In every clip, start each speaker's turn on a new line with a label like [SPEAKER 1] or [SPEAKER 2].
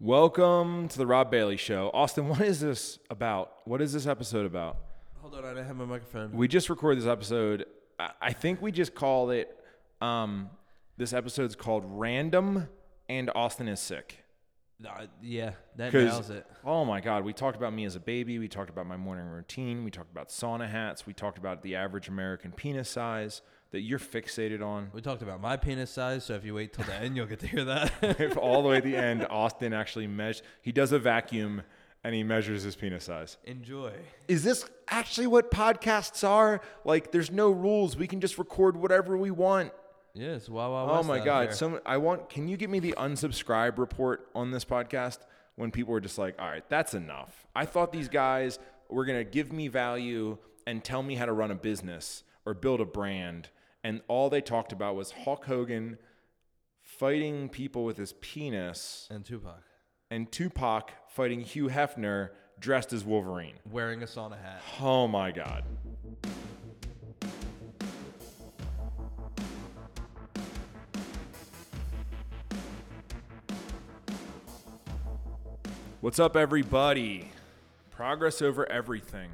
[SPEAKER 1] Welcome to the Rob Bailey Show. Austin, what is this about? What is this episode about?
[SPEAKER 2] Hold on, I don't have my microphone.
[SPEAKER 1] We just recorded this episode. I- I think we just called it. Um, this episode's called "Random," and Austin is sick.
[SPEAKER 2] Nah, yeah, that
[SPEAKER 1] 'Cause-
[SPEAKER 2] nails it.
[SPEAKER 1] Oh my God, we talked about me as a baby. We talked about my morning routine. We talked about sauna hats. We talked about the average American penis size that you're fixated on.
[SPEAKER 2] We talked about my penis size, so if you wait till the end, you'll get to hear that.
[SPEAKER 1] If all the way at the end, Austin actually measures. He does a vacuum and he measures his penis size.
[SPEAKER 2] Enjoy.
[SPEAKER 1] is this actually what podcasts are? Like, there's no rules. We can just record whatever we want.
[SPEAKER 2] Yes, wow, wow,
[SPEAKER 1] Oh my god! Some I want. Can you get me the unsubscribe report on this podcast when people are just like, "All right, that's enough." I thought these guys were gonna give me value and tell me how to run a business or build a brand, and all they talked about was Hulk Hogan fighting people with his penis
[SPEAKER 2] and Tupac
[SPEAKER 1] and Tupac fighting Hugh Hefner dressed as Wolverine.
[SPEAKER 2] wearing a sauna hat.
[SPEAKER 1] Oh my god. What's up, everybody? Progress over everything.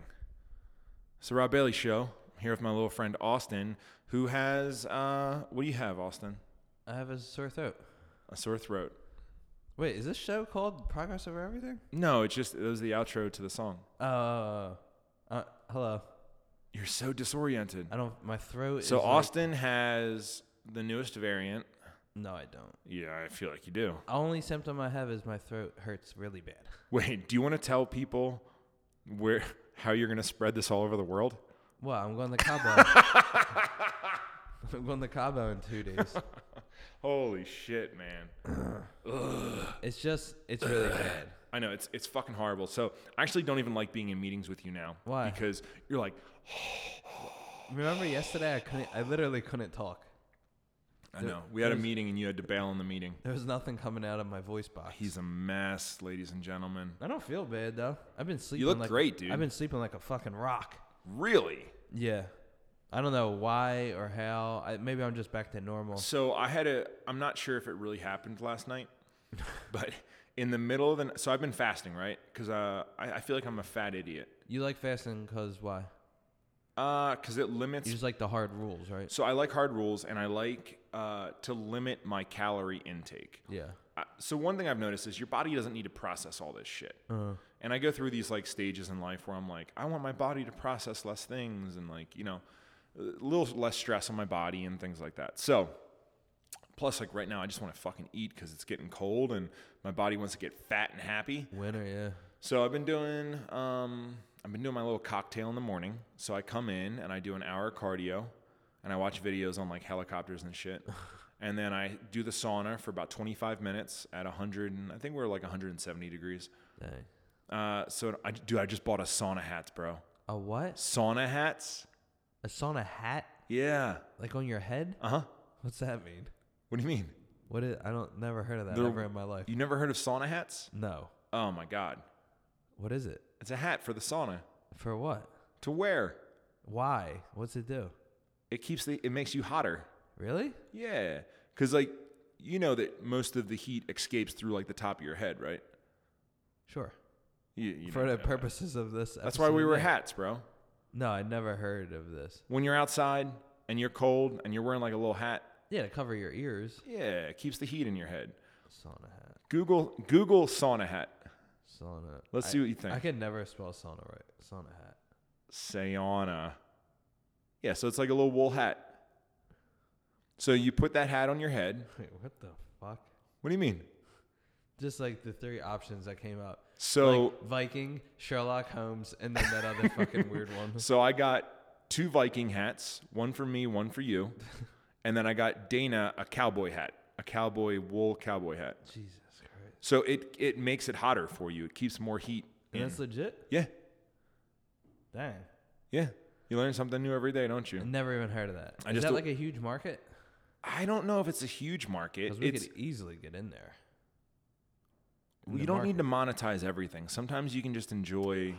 [SPEAKER 1] It's the Rob Bailey Show. I'm here with my little friend Austin, who has uh, what do you have, Austin?
[SPEAKER 2] I have a sore throat.
[SPEAKER 1] A sore throat.
[SPEAKER 2] Wait, is this show called Progress Over Everything?
[SPEAKER 1] No, it's just it was the outro to the song.
[SPEAKER 2] Uh, uh hello.
[SPEAKER 1] You're so disoriented.
[SPEAKER 2] I don't. My throat.
[SPEAKER 1] So
[SPEAKER 2] is like-
[SPEAKER 1] Austin has the newest variant.
[SPEAKER 2] no, I don't.
[SPEAKER 1] Yeah, I feel like you do.
[SPEAKER 2] Only symptom I have is my throat hurts really bad.
[SPEAKER 1] Wait, do you want to tell people where how you're going to spread this all over the world?
[SPEAKER 2] Well, I'm going to Cabo. I'm going to Cabo in two days.
[SPEAKER 1] Holy shit, man.
[SPEAKER 2] It's just, it's really bad.
[SPEAKER 1] I know it's it's fucking horrible. So, I actually don't even like being in meetings with you now
[SPEAKER 2] Why?
[SPEAKER 1] because you're like,
[SPEAKER 2] Remember yesterday? I couldn't. I literally couldn't talk.
[SPEAKER 1] I know. We had a meeting and you had to bail on the meeting.
[SPEAKER 2] There was nothing coming out of my voice box.
[SPEAKER 1] He's a mess, ladies and gentlemen.
[SPEAKER 2] I don't feel bad though. I've been sleeping.
[SPEAKER 1] look
[SPEAKER 2] like,
[SPEAKER 1] great, dude.
[SPEAKER 2] I've been sleeping like a fucking rock.
[SPEAKER 1] Really?
[SPEAKER 2] Yeah. I don't know why or how. I, maybe I'm just back to normal.
[SPEAKER 1] So I had a. I'm not sure if it really happened last night, but in the middle of the. n- So I've been fasting, right? Because uh, I, I feel like I'm a fat idiot.
[SPEAKER 2] You like fasting because why?
[SPEAKER 1] Uh, because it limits.
[SPEAKER 2] You just like the hard rules, right?
[SPEAKER 1] So I like hard rules, and I like uh, to limit my calorie intake.
[SPEAKER 2] Yeah.
[SPEAKER 1] Uh, so one thing I've noticed is your body doesn't need to process all this shit. And I go through these like stages in life where I'm like, I want my body to process less things and like, you know, a little less stress on my body and things like that. So plus like right now I just want to fucking eat cuz it's getting cold and my body wants to get fat and happy.
[SPEAKER 2] Winter, yeah.
[SPEAKER 1] So I've been doing um I've been doing my little cocktail in the morning. So I come in and I do an hour cardio and I watch videos on like helicopters and shit. and then I do the sauna for about 25 minutes at 100 and I think we're like 170 degrees.
[SPEAKER 2] Dang.
[SPEAKER 1] Uh so I dude I just bought a sauna hats, bro.
[SPEAKER 2] A what?
[SPEAKER 1] Sauna hats?
[SPEAKER 2] A sauna hat?
[SPEAKER 1] Yeah.
[SPEAKER 2] Like on your head?
[SPEAKER 1] Uh-huh.
[SPEAKER 2] What's that mean?
[SPEAKER 1] What do you mean?
[SPEAKER 2] What is? I don't never heard of that
[SPEAKER 1] They're-
[SPEAKER 2] ever in my life.
[SPEAKER 1] You never heard of sauna hats?
[SPEAKER 2] No.
[SPEAKER 1] Oh my god.
[SPEAKER 2] What is it?
[SPEAKER 1] It's a hat for the sauna
[SPEAKER 2] For what?
[SPEAKER 1] to wear.
[SPEAKER 2] Why? What's it do?
[SPEAKER 1] It keeps the it makes you hotter.
[SPEAKER 2] Really?
[SPEAKER 1] Yeah, because like you know that most of the heat escapes through like the top of your head, right?
[SPEAKER 2] Sure.
[SPEAKER 1] You, you
[SPEAKER 2] For
[SPEAKER 1] know
[SPEAKER 2] the
[SPEAKER 1] that.
[SPEAKER 2] purposes of this.
[SPEAKER 1] That's why we
[SPEAKER 2] episode,
[SPEAKER 1] wear
[SPEAKER 2] yeah.
[SPEAKER 1] hats, bro.
[SPEAKER 2] No, I never heard of this.
[SPEAKER 1] When you're outside and you're cold and you're wearing like a little hat,
[SPEAKER 2] Yeah, to cover your ears.
[SPEAKER 1] yeah, it keeps the heat in your head.
[SPEAKER 2] Sauna hat.
[SPEAKER 1] Google Google sauna hat.
[SPEAKER 2] Sauna.
[SPEAKER 1] Let's
[SPEAKER 2] I-
[SPEAKER 1] see what you
[SPEAKER 2] I
[SPEAKER 1] think.
[SPEAKER 2] can never spell sauna right. Sauna hat.
[SPEAKER 1] Sayana. Yeah, so it's like a little wool hat. So you put that hat on your head.
[SPEAKER 2] Wait, what the fuck?
[SPEAKER 1] What do you mean?
[SPEAKER 2] Just like the three options that came up.
[SPEAKER 1] So
[SPEAKER 2] like Viking, Sherlock Holmes, and then that other fucking weird one.
[SPEAKER 1] So I got two Viking hats, one for me, one for you. And then I got Dana a cowboy hat, a cowboy wool cowboy hat.
[SPEAKER 2] Jesus Christ.
[SPEAKER 1] So it it makes it hotter for you. It keeps more heat.
[SPEAKER 2] And
[SPEAKER 1] in.
[SPEAKER 2] that's legit?
[SPEAKER 1] Yeah.
[SPEAKER 2] Dang.
[SPEAKER 1] Yeah. You learn something new every day, don't
[SPEAKER 2] I
[SPEAKER 1] you?
[SPEAKER 2] never even heard of that. Is
[SPEAKER 1] I just
[SPEAKER 2] that
[SPEAKER 1] don't-
[SPEAKER 2] like a huge market?
[SPEAKER 1] I don't know if it's a huge market.
[SPEAKER 2] Because we
[SPEAKER 1] It's
[SPEAKER 2] could easily get in there. in
[SPEAKER 1] you
[SPEAKER 2] the
[SPEAKER 1] don't need to monetize everything. Sometimes you can just enjoy.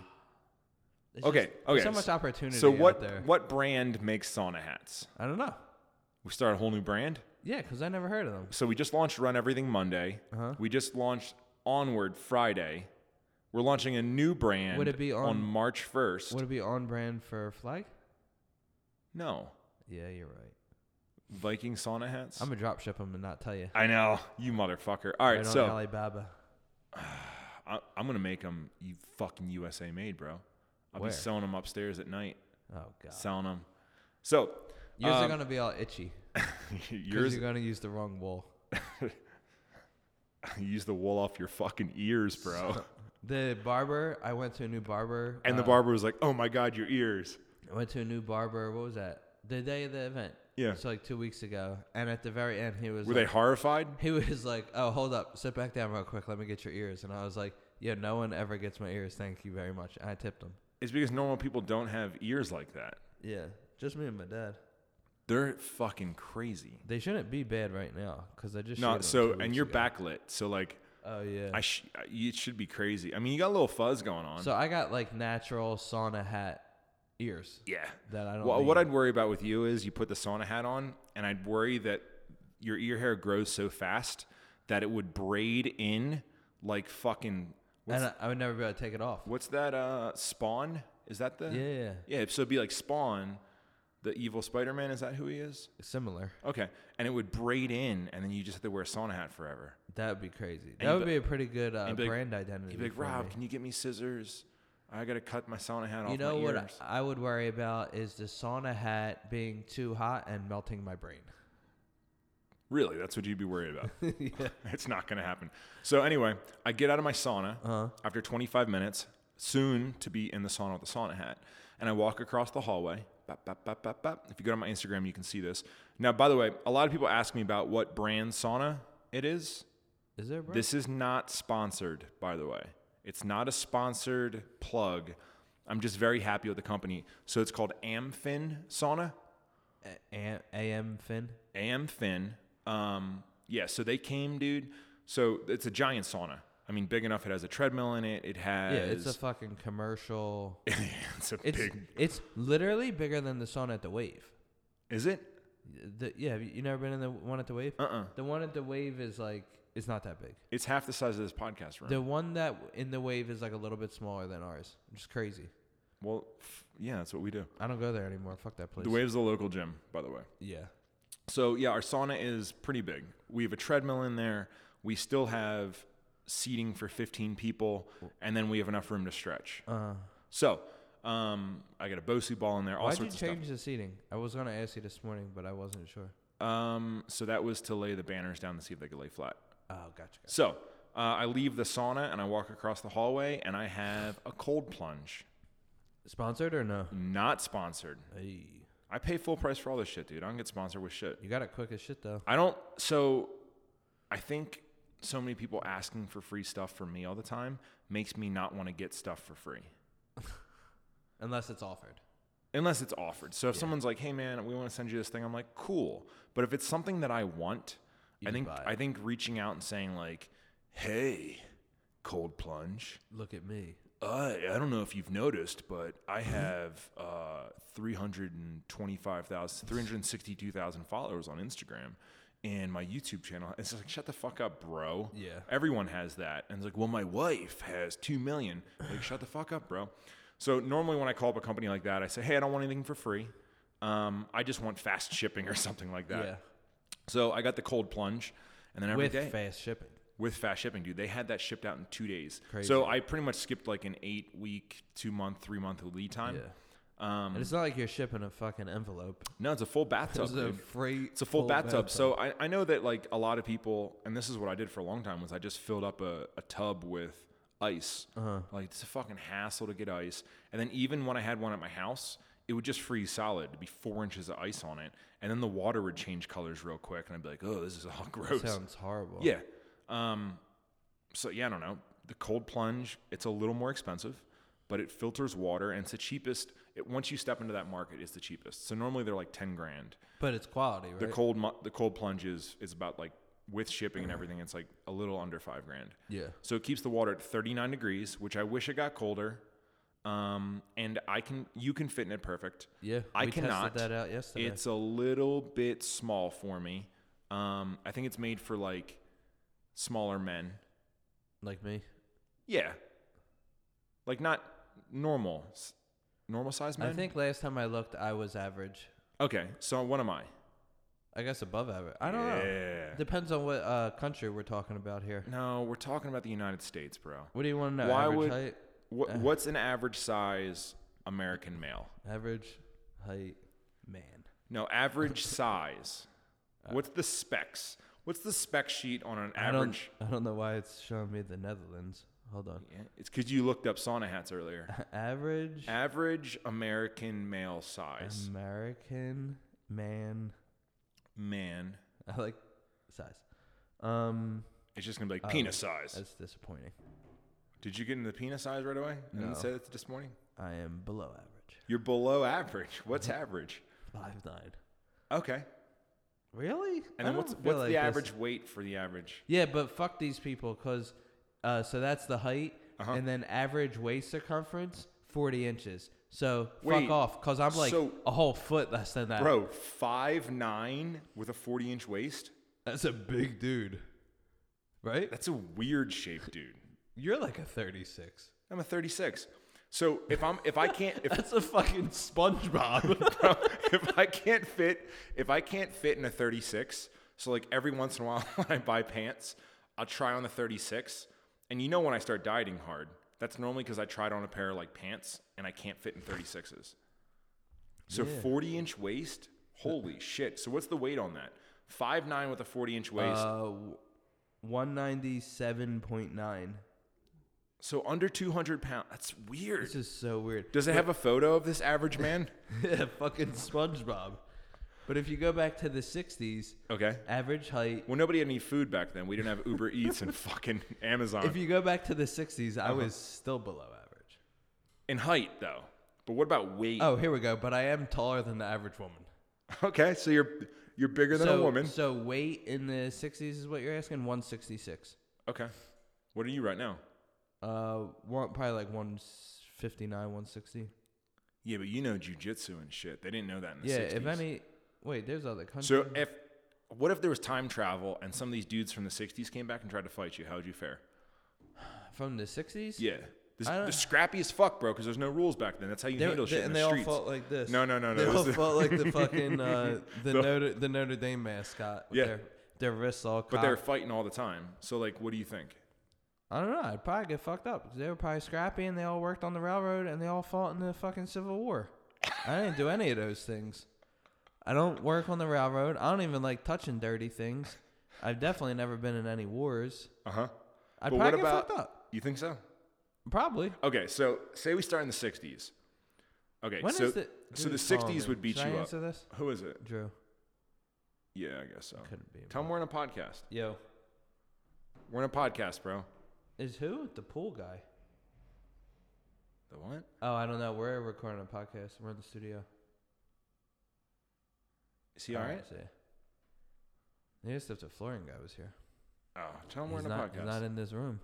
[SPEAKER 2] It's
[SPEAKER 1] Okay, okay.
[SPEAKER 2] just- There's so much opportunity
[SPEAKER 1] So what
[SPEAKER 2] out there.
[SPEAKER 1] what brand makes sauna hats?
[SPEAKER 2] I don't know.
[SPEAKER 1] We start a whole new brand.
[SPEAKER 2] Yeah, because I never heard of them.
[SPEAKER 1] So we just launched Run Everything Monday.
[SPEAKER 2] Uh-huh.
[SPEAKER 1] We just launched Onward Friday. We're launching a new brand
[SPEAKER 2] Would it be on-
[SPEAKER 1] March 1st.
[SPEAKER 2] Would it be on brand for Flag?
[SPEAKER 1] no.
[SPEAKER 2] Yeah, you're right.
[SPEAKER 1] Viking sauna hats.
[SPEAKER 2] I'm gonna drop ship them and not tell you.
[SPEAKER 1] I know, you motherfucker. All right,
[SPEAKER 2] right
[SPEAKER 1] so
[SPEAKER 2] on Alibaba.
[SPEAKER 1] I, I'm gonna make them you fucking USA made, bro. I'll
[SPEAKER 2] Where?
[SPEAKER 1] be selling them upstairs at night,
[SPEAKER 2] Oh god.
[SPEAKER 1] selling them. So
[SPEAKER 2] Yours are
[SPEAKER 1] um,
[SPEAKER 2] gonna be all itchy. 'cause
[SPEAKER 1] yours,
[SPEAKER 2] you're gonna use the wrong wool.
[SPEAKER 1] you use the wool off your fucking ears, bro.
[SPEAKER 2] The barber, I went to a new barber.
[SPEAKER 1] And the
[SPEAKER 2] uh,
[SPEAKER 1] barber was like, "Oh my god, your ears."
[SPEAKER 2] I went to a new barber. What was that? The day of the event.
[SPEAKER 1] Yeah.
[SPEAKER 2] So like two weeks ago, and at the very end, he was
[SPEAKER 1] Were they
[SPEAKER 2] like,
[SPEAKER 1] horrified?
[SPEAKER 2] he was like, "Oh, hold up, sit back down real quick. Let me get your ears." And I was like, "Yeah, no one ever gets my ears. Thank you very much." And I tipped him.
[SPEAKER 1] It's because normal people don't have ears like that.
[SPEAKER 2] Yeah, just me and my dad.
[SPEAKER 1] They're fucking crazy.
[SPEAKER 2] They shouldn't be bad right now because I just shaved
[SPEAKER 1] No,
[SPEAKER 2] them
[SPEAKER 1] so
[SPEAKER 2] two
[SPEAKER 1] and
[SPEAKER 2] weeks
[SPEAKER 1] you're
[SPEAKER 2] ago.
[SPEAKER 1] backlit, so like
[SPEAKER 2] Oh yeah.
[SPEAKER 1] I sh- it should be crazy. I mean, you got a little fuzz going on.
[SPEAKER 2] so I got like natural sauna hat ears
[SPEAKER 1] yeah.
[SPEAKER 2] that I don't.
[SPEAKER 1] Well,
[SPEAKER 2] think-
[SPEAKER 1] what I'd worry about with you is you put the sauna hat on, and I'd worry that your ear hair grows so fast that it would braid in like fucking what's,
[SPEAKER 2] and I, I would never be able to take it off.
[SPEAKER 1] what's that? Uh, spawn? Is that the?
[SPEAKER 2] Yeah, yeah, yeah.
[SPEAKER 1] Yeah. So it'd be like Spawn, the evil Spider Man. Is that who he is?
[SPEAKER 2] similar.
[SPEAKER 1] Okay. And it would braid in, and then you just have to wear a sauna hat forever.
[SPEAKER 2] That would be crazy.
[SPEAKER 1] you'd
[SPEAKER 2] That would
[SPEAKER 1] be-
[SPEAKER 2] be a pretty good uh,
[SPEAKER 1] you'd be like-
[SPEAKER 2] brand identity.
[SPEAKER 1] You'd be like,
[SPEAKER 2] for
[SPEAKER 1] Rob,
[SPEAKER 2] me.
[SPEAKER 1] can you get me scissors? I gotta cut my sauna hat off
[SPEAKER 2] You know
[SPEAKER 1] my
[SPEAKER 2] what
[SPEAKER 1] ears.
[SPEAKER 2] I would worry about is the sauna hat being too hot and melting my brain.
[SPEAKER 1] Really, that's what you'd be worried about.
[SPEAKER 2] yeah.
[SPEAKER 1] it's not gonna happen. So anyway, I get out of my sauna
[SPEAKER 2] Uh-huh.
[SPEAKER 1] after 25 minutes, soon to be in the sauna with the sauna hat, and I walk across the hallway. Bap, bap, bap, bap, bap. If you go to my Instagram, you can see this. Now, by the way, a lot of people ask me about what brand sauna it is.
[SPEAKER 2] Is there a brand?
[SPEAKER 1] This is not sponsored, by the way. It's not a sponsored plug. I'm just very happy with the company. So it's called Amfin Sauna.
[SPEAKER 2] A- A- AM Finn?
[SPEAKER 1] Amfin. Um, yeah, so they came, dude. So it's a giant sauna. I mean, big enough. It has a treadmill in it. It has.
[SPEAKER 2] Yeah, it's a fucking commercial.
[SPEAKER 1] it's a
[SPEAKER 2] It's
[SPEAKER 1] big.
[SPEAKER 2] it's literally bigger than the sauna at the Wave.
[SPEAKER 1] Is it?
[SPEAKER 2] The, yeah, have you you never been in the one at the Wave?
[SPEAKER 1] Uh uh
[SPEAKER 2] The one at the Wave is like it's not that big.
[SPEAKER 1] It's half the size of this podcast room.
[SPEAKER 2] The one that in the Wave is like a little bit smaller than ours. Just crazy.
[SPEAKER 1] well, f- yeah, that's what we do.
[SPEAKER 2] I don't go there anymore. Fuck that place.
[SPEAKER 1] The Wave's the local gym, by the way.
[SPEAKER 2] Yeah.
[SPEAKER 1] So yeah, our sauna is pretty big. We have a treadmill in there. We still have seating for 15 people, and then we have enough room to stretch.
[SPEAKER 2] Uh,
[SPEAKER 1] So um, I got a Bosu ball in there. Uh-huh. All
[SPEAKER 2] why'd you
[SPEAKER 1] sorts of
[SPEAKER 2] change the seating? I was gonna ask you this morning, but I wasn't sure.
[SPEAKER 1] stuff. Um, so that was to lay the banners down to see if they could lay flat.
[SPEAKER 2] Oh, gotcha. gotcha.
[SPEAKER 1] So uh, I leave the sauna and I walk across the hallway, and I have a cold plunge.
[SPEAKER 2] Sponsored or no?
[SPEAKER 1] Not sponsored.
[SPEAKER 2] Hey.
[SPEAKER 1] I pay full price for all this shit, dude. I don't get sponsored with shit.
[SPEAKER 2] You got it quick as shit though.
[SPEAKER 1] I don't. So, I think so many people asking for free stuff from me all the time makes me not want to get stuff for free
[SPEAKER 2] Unless it's offered.
[SPEAKER 1] unless it's offered. So if someone's like, "Hey, man, we want to send you this thing," I'm like, "Cool." But if it's something that I want, I
[SPEAKER 2] just
[SPEAKER 1] think
[SPEAKER 2] buy it.
[SPEAKER 1] I think reaching out and saying like, "Hey, cold plunge."
[SPEAKER 2] Look at me.
[SPEAKER 1] Uh, I don't know if you've noticed, but I have uh, 325,000, 362,000 followers on Instagram and my YouTube channel. It's just like, shut the fuck up, bro.
[SPEAKER 2] Yeah.
[SPEAKER 1] Everyone has that. And it's like, well, my wife has 2 million. Like, shut the fuck up, bro. So normally when I call up a company like that, I say, hey, I don't want anything for free. Um, I just want fast shipping or something like that.
[SPEAKER 2] Yeah.
[SPEAKER 1] So I got the cold plunge. And then every
[SPEAKER 2] With
[SPEAKER 1] day
[SPEAKER 2] fast shipping.
[SPEAKER 1] with fast shipping, dude. They had that shipped out in two days.
[SPEAKER 2] Crazy.
[SPEAKER 1] So I pretty much skipped like an eight week, two month, three month lead time.
[SPEAKER 2] Yeah. Um, and it's not like you're shipping a fucking envelope.
[SPEAKER 1] No, it's a full bathtub.
[SPEAKER 2] It's a
[SPEAKER 1] dude.
[SPEAKER 2] free.
[SPEAKER 1] It's a full, bathtub. So I, I know that like a lot of people, and this is what I did for a long time, was I just filled up a, a tub with ice.
[SPEAKER 2] Uh-huh.
[SPEAKER 1] Like it's a fucking hassle to get ice. And then even when I had one at my house, it would just freeze solid. It'd be four inches of ice on it. And then the water would change colors real quick. And I'd be like, oh, this is all gross.
[SPEAKER 2] sounds horrible.
[SPEAKER 1] Yeah. Um, so yeah, I don't know. The cold plunge, it's a little more expensive, but it filters water and it's the cheapest. It, once you step into that market, it's the cheapest. So normally they're like ten grand.
[SPEAKER 2] But it's quality, right?
[SPEAKER 1] The cold mu- the cold plunge is is about like with shipping and everything, it's like a little under five grand.
[SPEAKER 2] yeah.
[SPEAKER 1] So it keeps the water at 39 degrees, which I wish it got colder. Um, and I can you can fit in it perfect.
[SPEAKER 2] Yeah.
[SPEAKER 1] I
[SPEAKER 2] we
[SPEAKER 1] cannot.
[SPEAKER 2] tested that out yesterday.
[SPEAKER 1] It's a little bit small for me. Um, I think it's made for like smaller men.
[SPEAKER 2] Like me?
[SPEAKER 1] Yeah. Like not normal, s- normal size men.
[SPEAKER 2] I think last time I looked, I was average.
[SPEAKER 1] Okay, so what am I?
[SPEAKER 2] I guess above average. I don't know.
[SPEAKER 1] yeah.
[SPEAKER 2] Depends on what uh, country we're talking about here.
[SPEAKER 1] No, we're talking about the United States, bro.
[SPEAKER 2] What do you want to know?
[SPEAKER 1] Why
[SPEAKER 2] average
[SPEAKER 1] would-
[SPEAKER 2] height?
[SPEAKER 1] What,
[SPEAKER 2] Uh.
[SPEAKER 1] what's an average size American male?
[SPEAKER 2] Average height man.
[SPEAKER 1] No, average size. What's the specs? What's the spec sheet on an average?
[SPEAKER 2] Uh. I don't, I don't know why it's showing me the Netherlands. Hold on.
[SPEAKER 1] Yeah, it's because you looked up sauna hats earlier.
[SPEAKER 2] Average
[SPEAKER 1] average American male size.
[SPEAKER 2] American man. Um,
[SPEAKER 1] Man.
[SPEAKER 2] I like size. Um,
[SPEAKER 1] It's just going to be like
[SPEAKER 2] Oh,
[SPEAKER 1] penis size.
[SPEAKER 2] that's disappointing.
[SPEAKER 1] Did you get into the penis size right away? I
[SPEAKER 2] No.
[SPEAKER 1] didn't say that this morning.
[SPEAKER 2] I am below average.
[SPEAKER 1] You're below average. What's
[SPEAKER 2] Mm-hmm.
[SPEAKER 1] average?
[SPEAKER 2] Five nine.
[SPEAKER 1] Okay.
[SPEAKER 2] Really?
[SPEAKER 1] And
[SPEAKER 2] I
[SPEAKER 1] then what's
[SPEAKER 2] don't feel
[SPEAKER 1] what's
[SPEAKER 2] like
[SPEAKER 1] the
[SPEAKER 2] this-
[SPEAKER 1] average weight for the average?
[SPEAKER 2] Yeah, but fuck these people, cause uh, so that's the height,
[SPEAKER 1] Uh-huh.
[SPEAKER 2] and then average waist circumference forty inches. So
[SPEAKER 1] Wait,
[SPEAKER 2] fuck off, cause I'm like
[SPEAKER 1] so-
[SPEAKER 2] a whole foot less than that.
[SPEAKER 1] Bro, five nine with a forty inch waist?
[SPEAKER 2] that's a big dude, right?
[SPEAKER 1] That's a weird shape, dude.
[SPEAKER 2] You're like a thirty-six.
[SPEAKER 1] I'm a thirty six. So if I'm if I can't if
[SPEAKER 2] That's a fucking SpongeBob.
[SPEAKER 1] bro, if I can't fit if I can't fit in a 36, so like every once in a while when I buy pants, I'll try on the 36. And you know when I start dieting hard, that's normally because I tried on a pair of like pants and I can't fit in 36s. So 40 inch waist, holy shit. So what's the weight on that? Five nine with a 40 inch waist.
[SPEAKER 2] uh, one ninety-seven point nine.
[SPEAKER 1] so under 200 pounds. That's weird.
[SPEAKER 2] This is so weird.
[SPEAKER 1] Does it have a photo of this average man?
[SPEAKER 2] Yeah, fucking SpongeBob. But if you go back to the 60s,
[SPEAKER 1] Okay.
[SPEAKER 2] average height.
[SPEAKER 1] Well, nobody had any food back then. We didn't have Uber Eats and fucking Amazon.
[SPEAKER 2] If you go back to the 60s,
[SPEAKER 1] Uh-huh.
[SPEAKER 2] I was still below average.
[SPEAKER 1] In height, though. But what about weight?
[SPEAKER 2] Oh, here we go. But I am taller than the average woman.
[SPEAKER 1] Okay, so you're you're bigger than
[SPEAKER 2] so,
[SPEAKER 1] a woman.
[SPEAKER 2] So weight in the 60s is what you're asking? 166.
[SPEAKER 1] Okay. What are you right now?
[SPEAKER 2] Uh, one, probably like 159, 160.
[SPEAKER 1] Yeah, but you know jujitsu and shit. They didn't know that in the
[SPEAKER 2] Yeah,
[SPEAKER 1] 60s.
[SPEAKER 2] if any. Wait, there's other countries.
[SPEAKER 1] So if what if there was time travel and some of these dudes from the 60s came back and tried to fight you? How would you fare?
[SPEAKER 2] From the 60s?
[SPEAKER 1] Yeah. This,
[SPEAKER 2] I don't-
[SPEAKER 1] the scrappy as fuck, bro, because there's no rules back then. That's how you
[SPEAKER 2] They,
[SPEAKER 1] handle
[SPEAKER 2] they-
[SPEAKER 1] shit in
[SPEAKER 2] and
[SPEAKER 1] the
[SPEAKER 2] they
[SPEAKER 1] streets.
[SPEAKER 2] all fought like this.
[SPEAKER 1] No, no, no,
[SPEAKER 2] They
[SPEAKER 1] no, it
[SPEAKER 2] all
[SPEAKER 1] was the-
[SPEAKER 2] fought like the fucking uh, the, Notre, the Notre Dame mascot. With
[SPEAKER 1] Yeah.
[SPEAKER 2] Their, their wrists all
[SPEAKER 1] but
[SPEAKER 2] cocked.
[SPEAKER 1] they're fighting all the time. So like, what do you think?
[SPEAKER 2] I don't know. I'd probably get fucked up. 'cause They were probably scrappy and they all worked on the railroad and they all fought in the fucking Civil War. I didn't do any of those things. I don't work on the railroad. I don't even like touching dirty things. I've definitely never been in any wars.
[SPEAKER 1] Uh huh.
[SPEAKER 2] I'd
[SPEAKER 1] But
[SPEAKER 2] probably
[SPEAKER 1] what
[SPEAKER 2] get
[SPEAKER 1] about-
[SPEAKER 2] fucked up.
[SPEAKER 1] You think so?
[SPEAKER 2] Probably.
[SPEAKER 1] Okay, so say we start in the 60s. Okay,
[SPEAKER 2] When is
[SPEAKER 1] so
[SPEAKER 2] the-
[SPEAKER 1] so the
[SPEAKER 2] who's calling
[SPEAKER 1] 60s
[SPEAKER 2] me?
[SPEAKER 1] would beat
[SPEAKER 2] Should
[SPEAKER 1] you
[SPEAKER 2] I
[SPEAKER 1] up.
[SPEAKER 2] answer this?
[SPEAKER 1] Who is it?
[SPEAKER 2] Drew.
[SPEAKER 1] Yeah, I guess so.
[SPEAKER 2] Couldn't be.
[SPEAKER 1] Tell them we're in a podcast.
[SPEAKER 2] Yo.
[SPEAKER 1] We're in a podcast, bro.
[SPEAKER 2] Is who? The pool guy.
[SPEAKER 1] The what?
[SPEAKER 2] Oh, I don't know. We're recording a podcast. We're in the studio.
[SPEAKER 1] Is he all right?
[SPEAKER 2] See. They just if the flooring guy was here.
[SPEAKER 1] Oh, tell him we're
[SPEAKER 2] He's
[SPEAKER 1] in a
[SPEAKER 2] not, he's
[SPEAKER 1] podcast.
[SPEAKER 2] not in this room.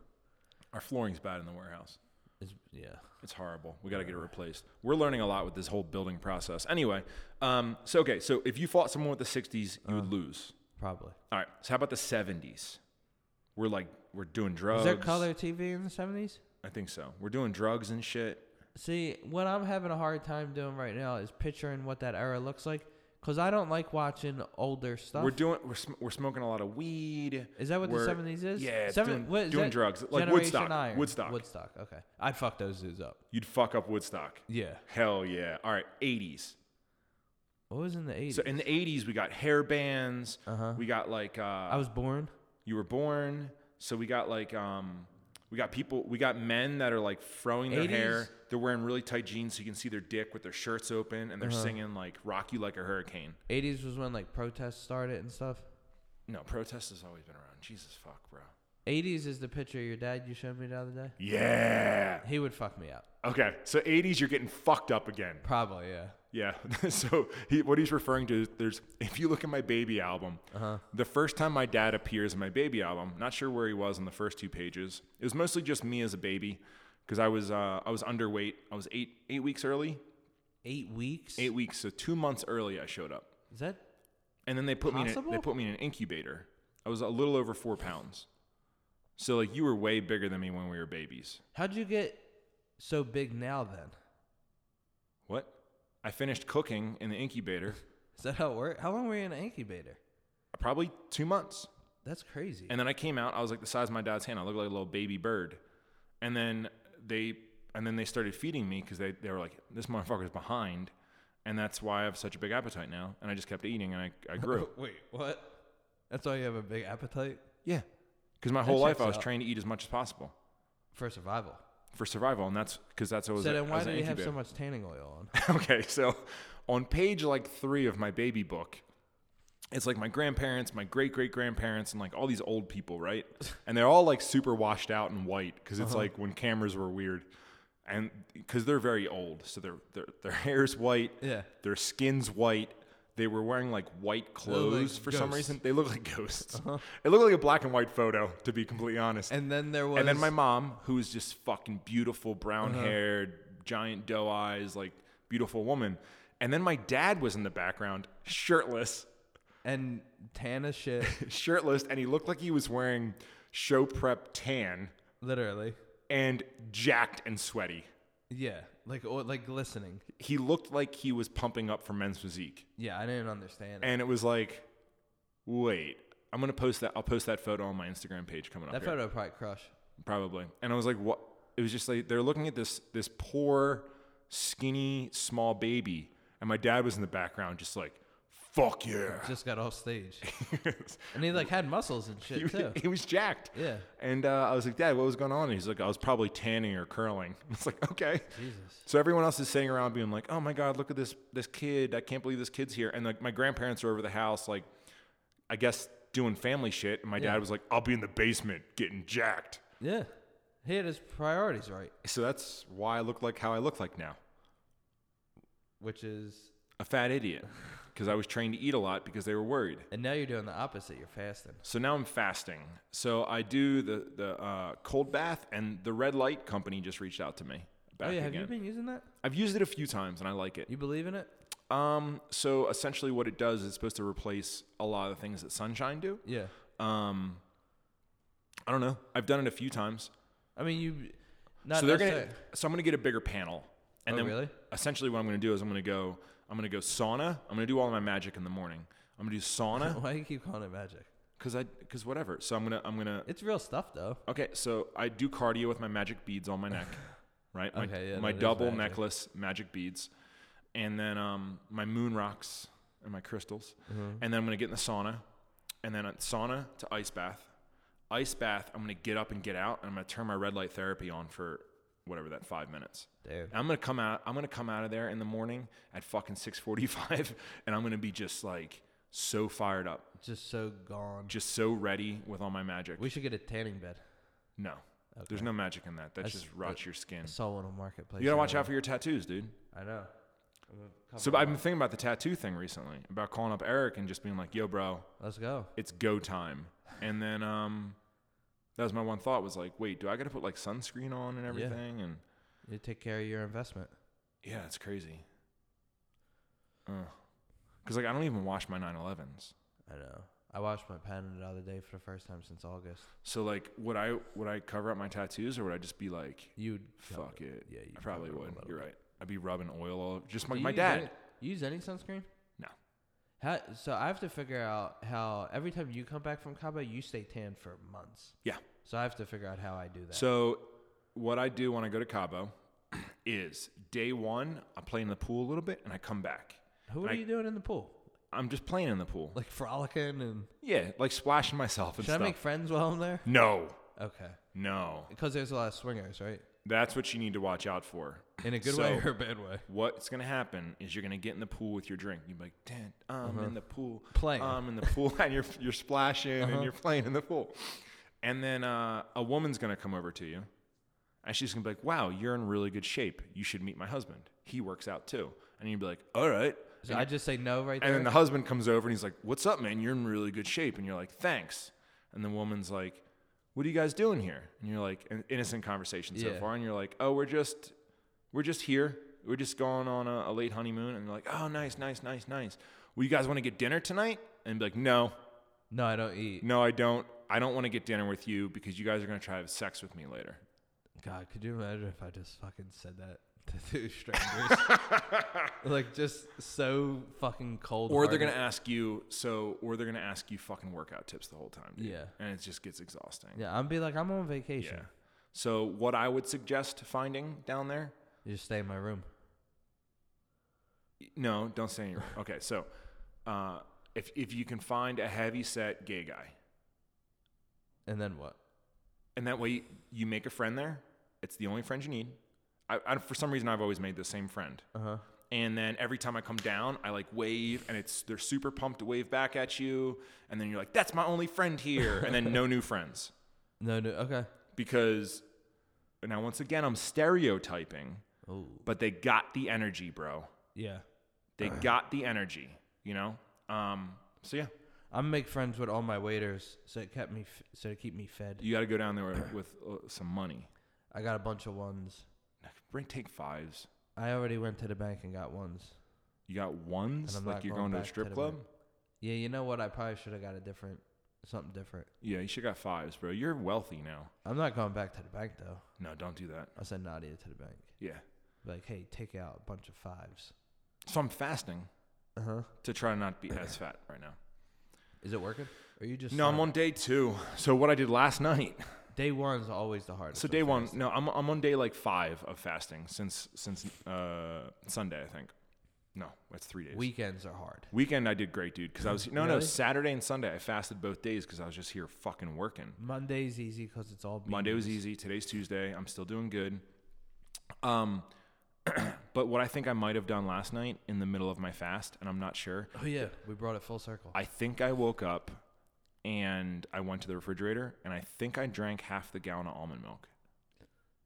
[SPEAKER 1] Our flooring's bad in the warehouse.
[SPEAKER 2] It's, yeah.
[SPEAKER 1] It's horrible. We got to get it replaced. We're learning a lot with this whole building process. Anyway, um, so okay, so if you fought someone with the '60s, you
[SPEAKER 2] Uh-huh.
[SPEAKER 1] would lose.
[SPEAKER 2] Probably.
[SPEAKER 1] All right. So how about the '70s? We're like we're doing drugs.
[SPEAKER 2] Is there color TV in the 70s?
[SPEAKER 1] I think so. We're doing drugs and shit.
[SPEAKER 2] See, what I'm having a hard time doing right now is picturing what that era looks like because I don't like watching older stuff.
[SPEAKER 1] We're doing we're, sm- we're smoking a lot of weed.
[SPEAKER 2] is that what
[SPEAKER 1] We're-
[SPEAKER 2] the 70s is?
[SPEAKER 1] Yeah, it's
[SPEAKER 2] Seven-
[SPEAKER 1] doing,
[SPEAKER 2] what is
[SPEAKER 1] doing
[SPEAKER 2] that?
[SPEAKER 1] drugs like
[SPEAKER 2] Generation
[SPEAKER 1] Woodstock.
[SPEAKER 2] I or-
[SPEAKER 1] Woodstock.
[SPEAKER 2] Woodstock, okay. I'd fuck those dudes up.
[SPEAKER 1] You'd fuck up Woodstock.
[SPEAKER 2] Yeah.
[SPEAKER 1] Hell yeah. All right, 80s.
[SPEAKER 2] What was in the 80s?
[SPEAKER 1] So in the 80s, we got hair bands.
[SPEAKER 2] Uh-huh.
[SPEAKER 1] We got like, uh,
[SPEAKER 2] I was born.
[SPEAKER 1] you were born. So we got like, um, we got people, we got men that are like throwing their
[SPEAKER 2] 80s.
[SPEAKER 1] hair. They're wearing really tight jeans so you can see their dick with their shirts open and they're
[SPEAKER 2] Uh-huh.
[SPEAKER 1] singing like Rock You Like a Hurricane.
[SPEAKER 2] 80s was when like protests started and stuff.
[SPEAKER 1] No, protest has always been around. Jesus fuck, bro.
[SPEAKER 2] 80s is the picture of your dad you showed me the other day.
[SPEAKER 1] Yeah.
[SPEAKER 2] He would fuck me up.
[SPEAKER 1] Okay. So 80s, you're getting fucked up again.
[SPEAKER 2] Probably, yeah.
[SPEAKER 1] Yeah. so he, what he's referring to is there's if you look at my baby album, the first time my dad appears in my baby album, not sure where he was on the first two pages. It was mostly just me as a baby because I was uh, I was underweight. I was eight eight weeks early,
[SPEAKER 2] Eight weeks?
[SPEAKER 1] eight weeks, so two months early I showed up,
[SPEAKER 2] Is that?
[SPEAKER 1] and then they put me in a,
[SPEAKER 2] Possible?
[SPEAKER 1] they put me in an incubator. I was a little over four pounds. So like you were way bigger than me when we were babies.
[SPEAKER 2] How'd you get so big now then?
[SPEAKER 1] What? I finished cooking in the incubator
[SPEAKER 2] Is that how it worked? How long were you in an incubator?
[SPEAKER 1] probably two months.
[SPEAKER 2] That's crazy.
[SPEAKER 1] And then I came out, I was like the size of my dad's hand. I looked like a little baby bird. And then they and then they started feeding me because they, they were like, This motherfucker's behind and that's why I have such a big appetite now. And I just kept eating and I, I grew.
[SPEAKER 2] Wait, what? That's why you have a big appetite
[SPEAKER 1] yeah. Because my whole life I
[SPEAKER 2] checks
[SPEAKER 1] was
[SPEAKER 2] out.
[SPEAKER 1] trained to eat as much as possible
[SPEAKER 2] for survival.
[SPEAKER 1] for survival. And that's because that's what was
[SPEAKER 2] So
[SPEAKER 1] a-
[SPEAKER 2] then, why
[SPEAKER 1] as
[SPEAKER 2] do
[SPEAKER 1] an
[SPEAKER 2] you have so
[SPEAKER 1] incubator.
[SPEAKER 2] much tanning oil on?
[SPEAKER 1] okay, so on page like three of my baby book, it's like my grandparents, my great great grandparents, and like all these old people, right? And they're all like super washed out and white because
[SPEAKER 2] Uh-huh.
[SPEAKER 1] it's like when cameras were weird, and because they're very old, so their their their hair's white,
[SPEAKER 2] Yeah.
[SPEAKER 1] their skin's white. They were wearing like white
[SPEAKER 2] look like
[SPEAKER 1] clothes for some
[SPEAKER 2] ghosts. Uh-huh.
[SPEAKER 1] reason. They look like ghosts. It looked like a black and white photo, to be completely honest.
[SPEAKER 2] And then there was.
[SPEAKER 1] And then my mom, who is just fucking beautiful, brown haired,
[SPEAKER 2] Uh-huh.
[SPEAKER 1] giant doe eyes, like beautiful woman. And then my dad was in the background, shirtless,
[SPEAKER 2] and tan as shit,
[SPEAKER 1] shirtless, and he looked like he was wearing show prep tan
[SPEAKER 2] literally.
[SPEAKER 1] and jacked and sweaty.
[SPEAKER 2] Yeah, like oil, like glistening.
[SPEAKER 1] He looked like he was pumping up for men's physique.
[SPEAKER 2] Yeah, I didn't understand. it.
[SPEAKER 1] And it was like, wait, I'm gonna post that I'll post that photo on my Instagram page coming up.
[SPEAKER 2] that
[SPEAKER 1] here.
[SPEAKER 2] photo probably crush.
[SPEAKER 1] probably. And I was like, what? It was just like they're looking at this this poor, skinny, small baby, and my dad was in the background, just like, fuck yeah.
[SPEAKER 2] Just got off stage, and he like had muscles and
[SPEAKER 1] he,
[SPEAKER 2] shit
[SPEAKER 1] was-
[SPEAKER 2] too.
[SPEAKER 1] he was jacked.
[SPEAKER 2] Yeah.
[SPEAKER 1] And uh, I was like, Dad, what was going on? And he's like, I was probably tanning or curling. I was like, okay.
[SPEAKER 2] Jesus.
[SPEAKER 1] So everyone else is sitting around being like, "Oh my God, look at this this kid! I can't believe this kid's here!" And like my grandparents are over the house, like I guess doing family shit. And my
[SPEAKER 2] Yeah.
[SPEAKER 1] dad was like, "I'll be in the basement getting jacked."
[SPEAKER 2] Yeah, he had his priorities right,
[SPEAKER 1] So that's why I look like how I look like now.
[SPEAKER 2] which is,
[SPEAKER 1] a fat idiot because I was trained to eat a lot because they were worried.
[SPEAKER 2] and now you're doing the opposite. You're fasting.
[SPEAKER 1] So now I'm fasting. So I do the the uh, cold bath, and the Red Light Company just reached out to me. Back
[SPEAKER 2] oh yeah, have
[SPEAKER 1] again.
[SPEAKER 2] you been using that?
[SPEAKER 1] I've used it a few times, and I like it.
[SPEAKER 2] You believe in it?
[SPEAKER 1] Um, so essentially, what it does is it's supposed to replace a lot of the things that sunshine do.
[SPEAKER 2] Yeah.
[SPEAKER 1] Um, I don't know. I've done it a few times.
[SPEAKER 2] I mean, you. Not
[SPEAKER 1] so they're gonna.
[SPEAKER 2] necessar-
[SPEAKER 1] So I'm gonna get a bigger panel, and
[SPEAKER 2] Oh,
[SPEAKER 1] then
[SPEAKER 2] really?
[SPEAKER 1] essentially what I'm gonna do is I'm gonna go. I'm gonna go sauna. I'm gonna do all my magic in the morning. I'm gonna do sauna.
[SPEAKER 2] Why do you keep calling it magic?
[SPEAKER 1] Cause I, cause whatever. So I'm gonna, I'm gonna.
[SPEAKER 2] It's real stuff though.
[SPEAKER 1] Okay, so I do cardio with my magic beads on my neck, right? My,
[SPEAKER 2] Okay, yeah,
[SPEAKER 1] my
[SPEAKER 2] that is
[SPEAKER 1] double
[SPEAKER 2] magic.
[SPEAKER 1] necklace, magic beads, and then um, my moon rocks and my crystals,
[SPEAKER 2] Mm-hmm.
[SPEAKER 1] and then I'm gonna get in the sauna, and then at sauna to ice bath, ice bath. I'm gonna get up and get out, and I'm gonna turn my red light therapy on for whatever that five minutes.
[SPEAKER 2] Dude.
[SPEAKER 1] I'm gonna come out. I'm gonna come out of there in the morning at fucking 6:45, and I'm gonna be just like so fired up
[SPEAKER 2] Just so gone.
[SPEAKER 1] just so ready with all my magic.
[SPEAKER 2] We should get a tanning bed.
[SPEAKER 1] no, there's no magic in that. That
[SPEAKER 2] That's-
[SPEAKER 1] just rots your skin.
[SPEAKER 2] I saw one on marketplace.
[SPEAKER 1] You gotta
[SPEAKER 2] the
[SPEAKER 1] watch
[SPEAKER 2] other
[SPEAKER 1] out for your tattoos, dude.
[SPEAKER 2] day. I know. I'm gonna cover
[SPEAKER 1] So
[SPEAKER 2] it
[SPEAKER 1] I've
[SPEAKER 2] up.
[SPEAKER 1] been thinking about the tattoo thing recently, about calling up Eric and just being like, "Yo, bro,
[SPEAKER 2] Let's go.
[SPEAKER 1] it's go time." And then um, that was my one thought was like, "Wait, do I gotta put like sunscreen on and everything?" And
[SPEAKER 2] You take care of your investment.
[SPEAKER 1] yeah, it's crazy. Because like I don't even wash my 911s.
[SPEAKER 2] I know. I washed my pen the other day for the first time since August.
[SPEAKER 1] So like, would I would I cover up my tattoos or would I just be like,
[SPEAKER 2] You'd cover
[SPEAKER 1] "Fuck it"?
[SPEAKER 2] Yeah, you
[SPEAKER 1] I probably
[SPEAKER 2] cover it a
[SPEAKER 1] would.
[SPEAKER 2] little
[SPEAKER 1] You're
[SPEAKER 2] bit.
[SPEAKER 1] right. I'd be rubbing oil all just like
[SPEAKER 2] Do
[SPEAKER 1] my
[SPEAKER 2] you use
[SPEAKER 1] dad.
[SPEAKER 2] any- you use any sunscreen?
[SPEAKER 1] No.
[SPEAKER 2] How, so I have to figure out how every time you come back from Cabo, you stay tan for months.
[SPEAKER 1] Yeah.
[SPEAKER 2] So I have to figure out how I do that.
[SPEAKER 1] So, what I do when I go to Cabo is day one, I play in the pool a little bit and I come back.
[SPEAKER 2] Who are
[SPEAKER 1] I-
[SPEAKER 2] you doing in the pool?
[SPEAKER 1] I'm just playing in the pool.
[SPEAKER 2] Like frolicking and
[SPEAKER 1] Yeah, like splashing myself and
[SPEAKER 2] should I
[SPEAKER 1] stuff.
[SPEAKER 2] make friends while I'm there?
[SPEAKER 1] no,
[SPEAKER 2] Okay,
[SPEAKER 1] no.
[SPEAKER 2] because there's a lot of swingers, right?
[SPEAKER 1] That's what you need to watch out for.
[SPEAKER 2] In a good
[SPEAKER 1] So-
[SPEAKER 2] way or a bad way.
[SPEAKER 1] What's going to happen is you're going to get in the pool with your drink. You're like, Dan, I'm in the pool.
[SPEAKER 2] Playing.
[SPEAKER 1] I'm in the pool. And you're, you're splashing and you're playing in the pool. And then uh, a woman's going to come over to you. And she's going to be like, wow, you're in really good shape. You should meet my husband. He works out too. And you'd be like, all right.
[SPEAKER 2] So I just say no right
[SPEAKER 1] And
[SPEAKER 2] there.
[SPEAKER 1] then the husband comes over and he's like, What's up, man? You're in really good shape. And you're like, Thanks. And the woman's like, What are you guys doing here? And you're like, an innocent conversation so
[SPEAKER 2] Yeah.
[SPEAKER 1] far. And you're like, Oh, we're just we're just here. We're just going on a, a late honeymoon. And you're like, Oh, nice, nice, nice, nice. Well, you guys want to get dinner tonight? And be like, No.
[SPEAKER 2] No, I don't eat.
[SPEAKER 1] No, I don't. I don't want to get dinner with you because you guys are going to try to have sex with me later.
[SPEAKER 2] God, could you imagine if I just fucking said that to two strangers? like, just so fucking cold.
[SPEAKER 1] Or they're going to ask you, so, or they're going to ask you fucking workout tips the whole time. dude.
[SPEAKER 2] Yeah.
[SPEAKER 1] And it just gets exhausting.
[SPEAKER 2] Yeah, I'd be like, I'm on vacation.
[SPEAKER 1] Yeah. So, what I would suggest finding down there
[SPEAKER 2] You just stay in my room.
[SPEAKER 1] No, don't say anything. Okay, so uh, if if you can find a heavy set gay guy,
[SPEAKER 2] And then what?
[SPEAKER 1] and that way you make a friend there. It's the only friend you need. I, I for some reason I've always made the same friend.
[SPEAKER 2] Uh huh.
[SPEAKER 1] And then every time I come down, I like wave, and it's they're super pumped to wave back at you. And then you're like, "That's my only friend here." And then no new friends
[SPEAKER 2] No, no. Okay.
[SPEAKER 1] because now once again I'm stereotyping,
[SPEAKER 2] Oh.
[SPEAKER 1] but they got the energy, bro.
[SPEAKER 2] Yeah.
[SPEAKER 1] They got the energy. You know. Um. So yeah.
[SPEAKER 2] I make friends with all my waiters, so it kept me, f- so to keep me fed.
[SPEAKER 1] You got to go down there with, with uh, some money.
[SPEAKER 2] I got a bunch of ones.
[SPEAKER 1] Bring take fives.
[SPEAKER 2] I already went to the bank and got ones.
[SPEAKER 1] You got ones
[SPEAKER 2] And I'm
[SPEAKER 1] like
[SPEAKER 2] not
[SPEAKER 1] you're going,
[SPEAKER 2] going
[SPEAKER 1] to a
[SPEAKER 2] back to
[SPEAKER 1] strip
[SPEAKER 2] the
[SPEAKER 1] club.
[SPEAKER 2] bank. Yeah, you know what? I probably should have got a different, something different.
[SPEAKER 1] Yeah, you should got fives, bro. You're wealthy now.
[SPEAKER 2] I'm not going back to the bank though.
[SPEAKER 1] No, don't do that.
[SPEAKER 2] I sent Nadia to the bank.
[SPEAKER 1] Yeah.
[SPEAKER 2] Like, hey, take out a bunch of fives.
[SPEAKER 1] So I'm fasting
[SPEAKER 2] Uh huh.
[SPEAKER 1] to try to not be as fat right now.
[SPEAKER 2] Is it working? Or you just
[SPEAKER 1] No, I'm
[SPEAKER 2] not-
[SPEAKER 1] on day two. So what I did last night.
[SPEAKER 2] day one's always the hardest.
[SPEAKER 1] So
[SPEAKER 2] of
[SPEAKER 1] day one.
[SPEAKER 2] fast.
[SPEAKER 1] No, I'm I'm on day like five of fasting since since uh Sunday I think. No, it's three days.
[SPEAKER 2] Weekends are hard.
[SPEAKER 1] Weekend I did great, dude. Because I was no no
[SPEAKER 2] Really?
[SPEAKER 1] Saturday and Sunday I fasted both days because I was just here fucking working.
[SPEAKER 2] Monday's easy because it's all.
[SPEAKER 1] Monday was
[SPEAKER 2] beans.
[SPEAKER 1] easy. Today's Tuesday. I'm still doing good. Um, but what I think I might have done last night in the middle of my fast, and I'm not sure.
[SPEAKER 2] Oh yeah, we brought it full circle.
[SPEAKER 1] I think I woke up and I went to the refrigerator, and I think I drank half the gallon of almond milk.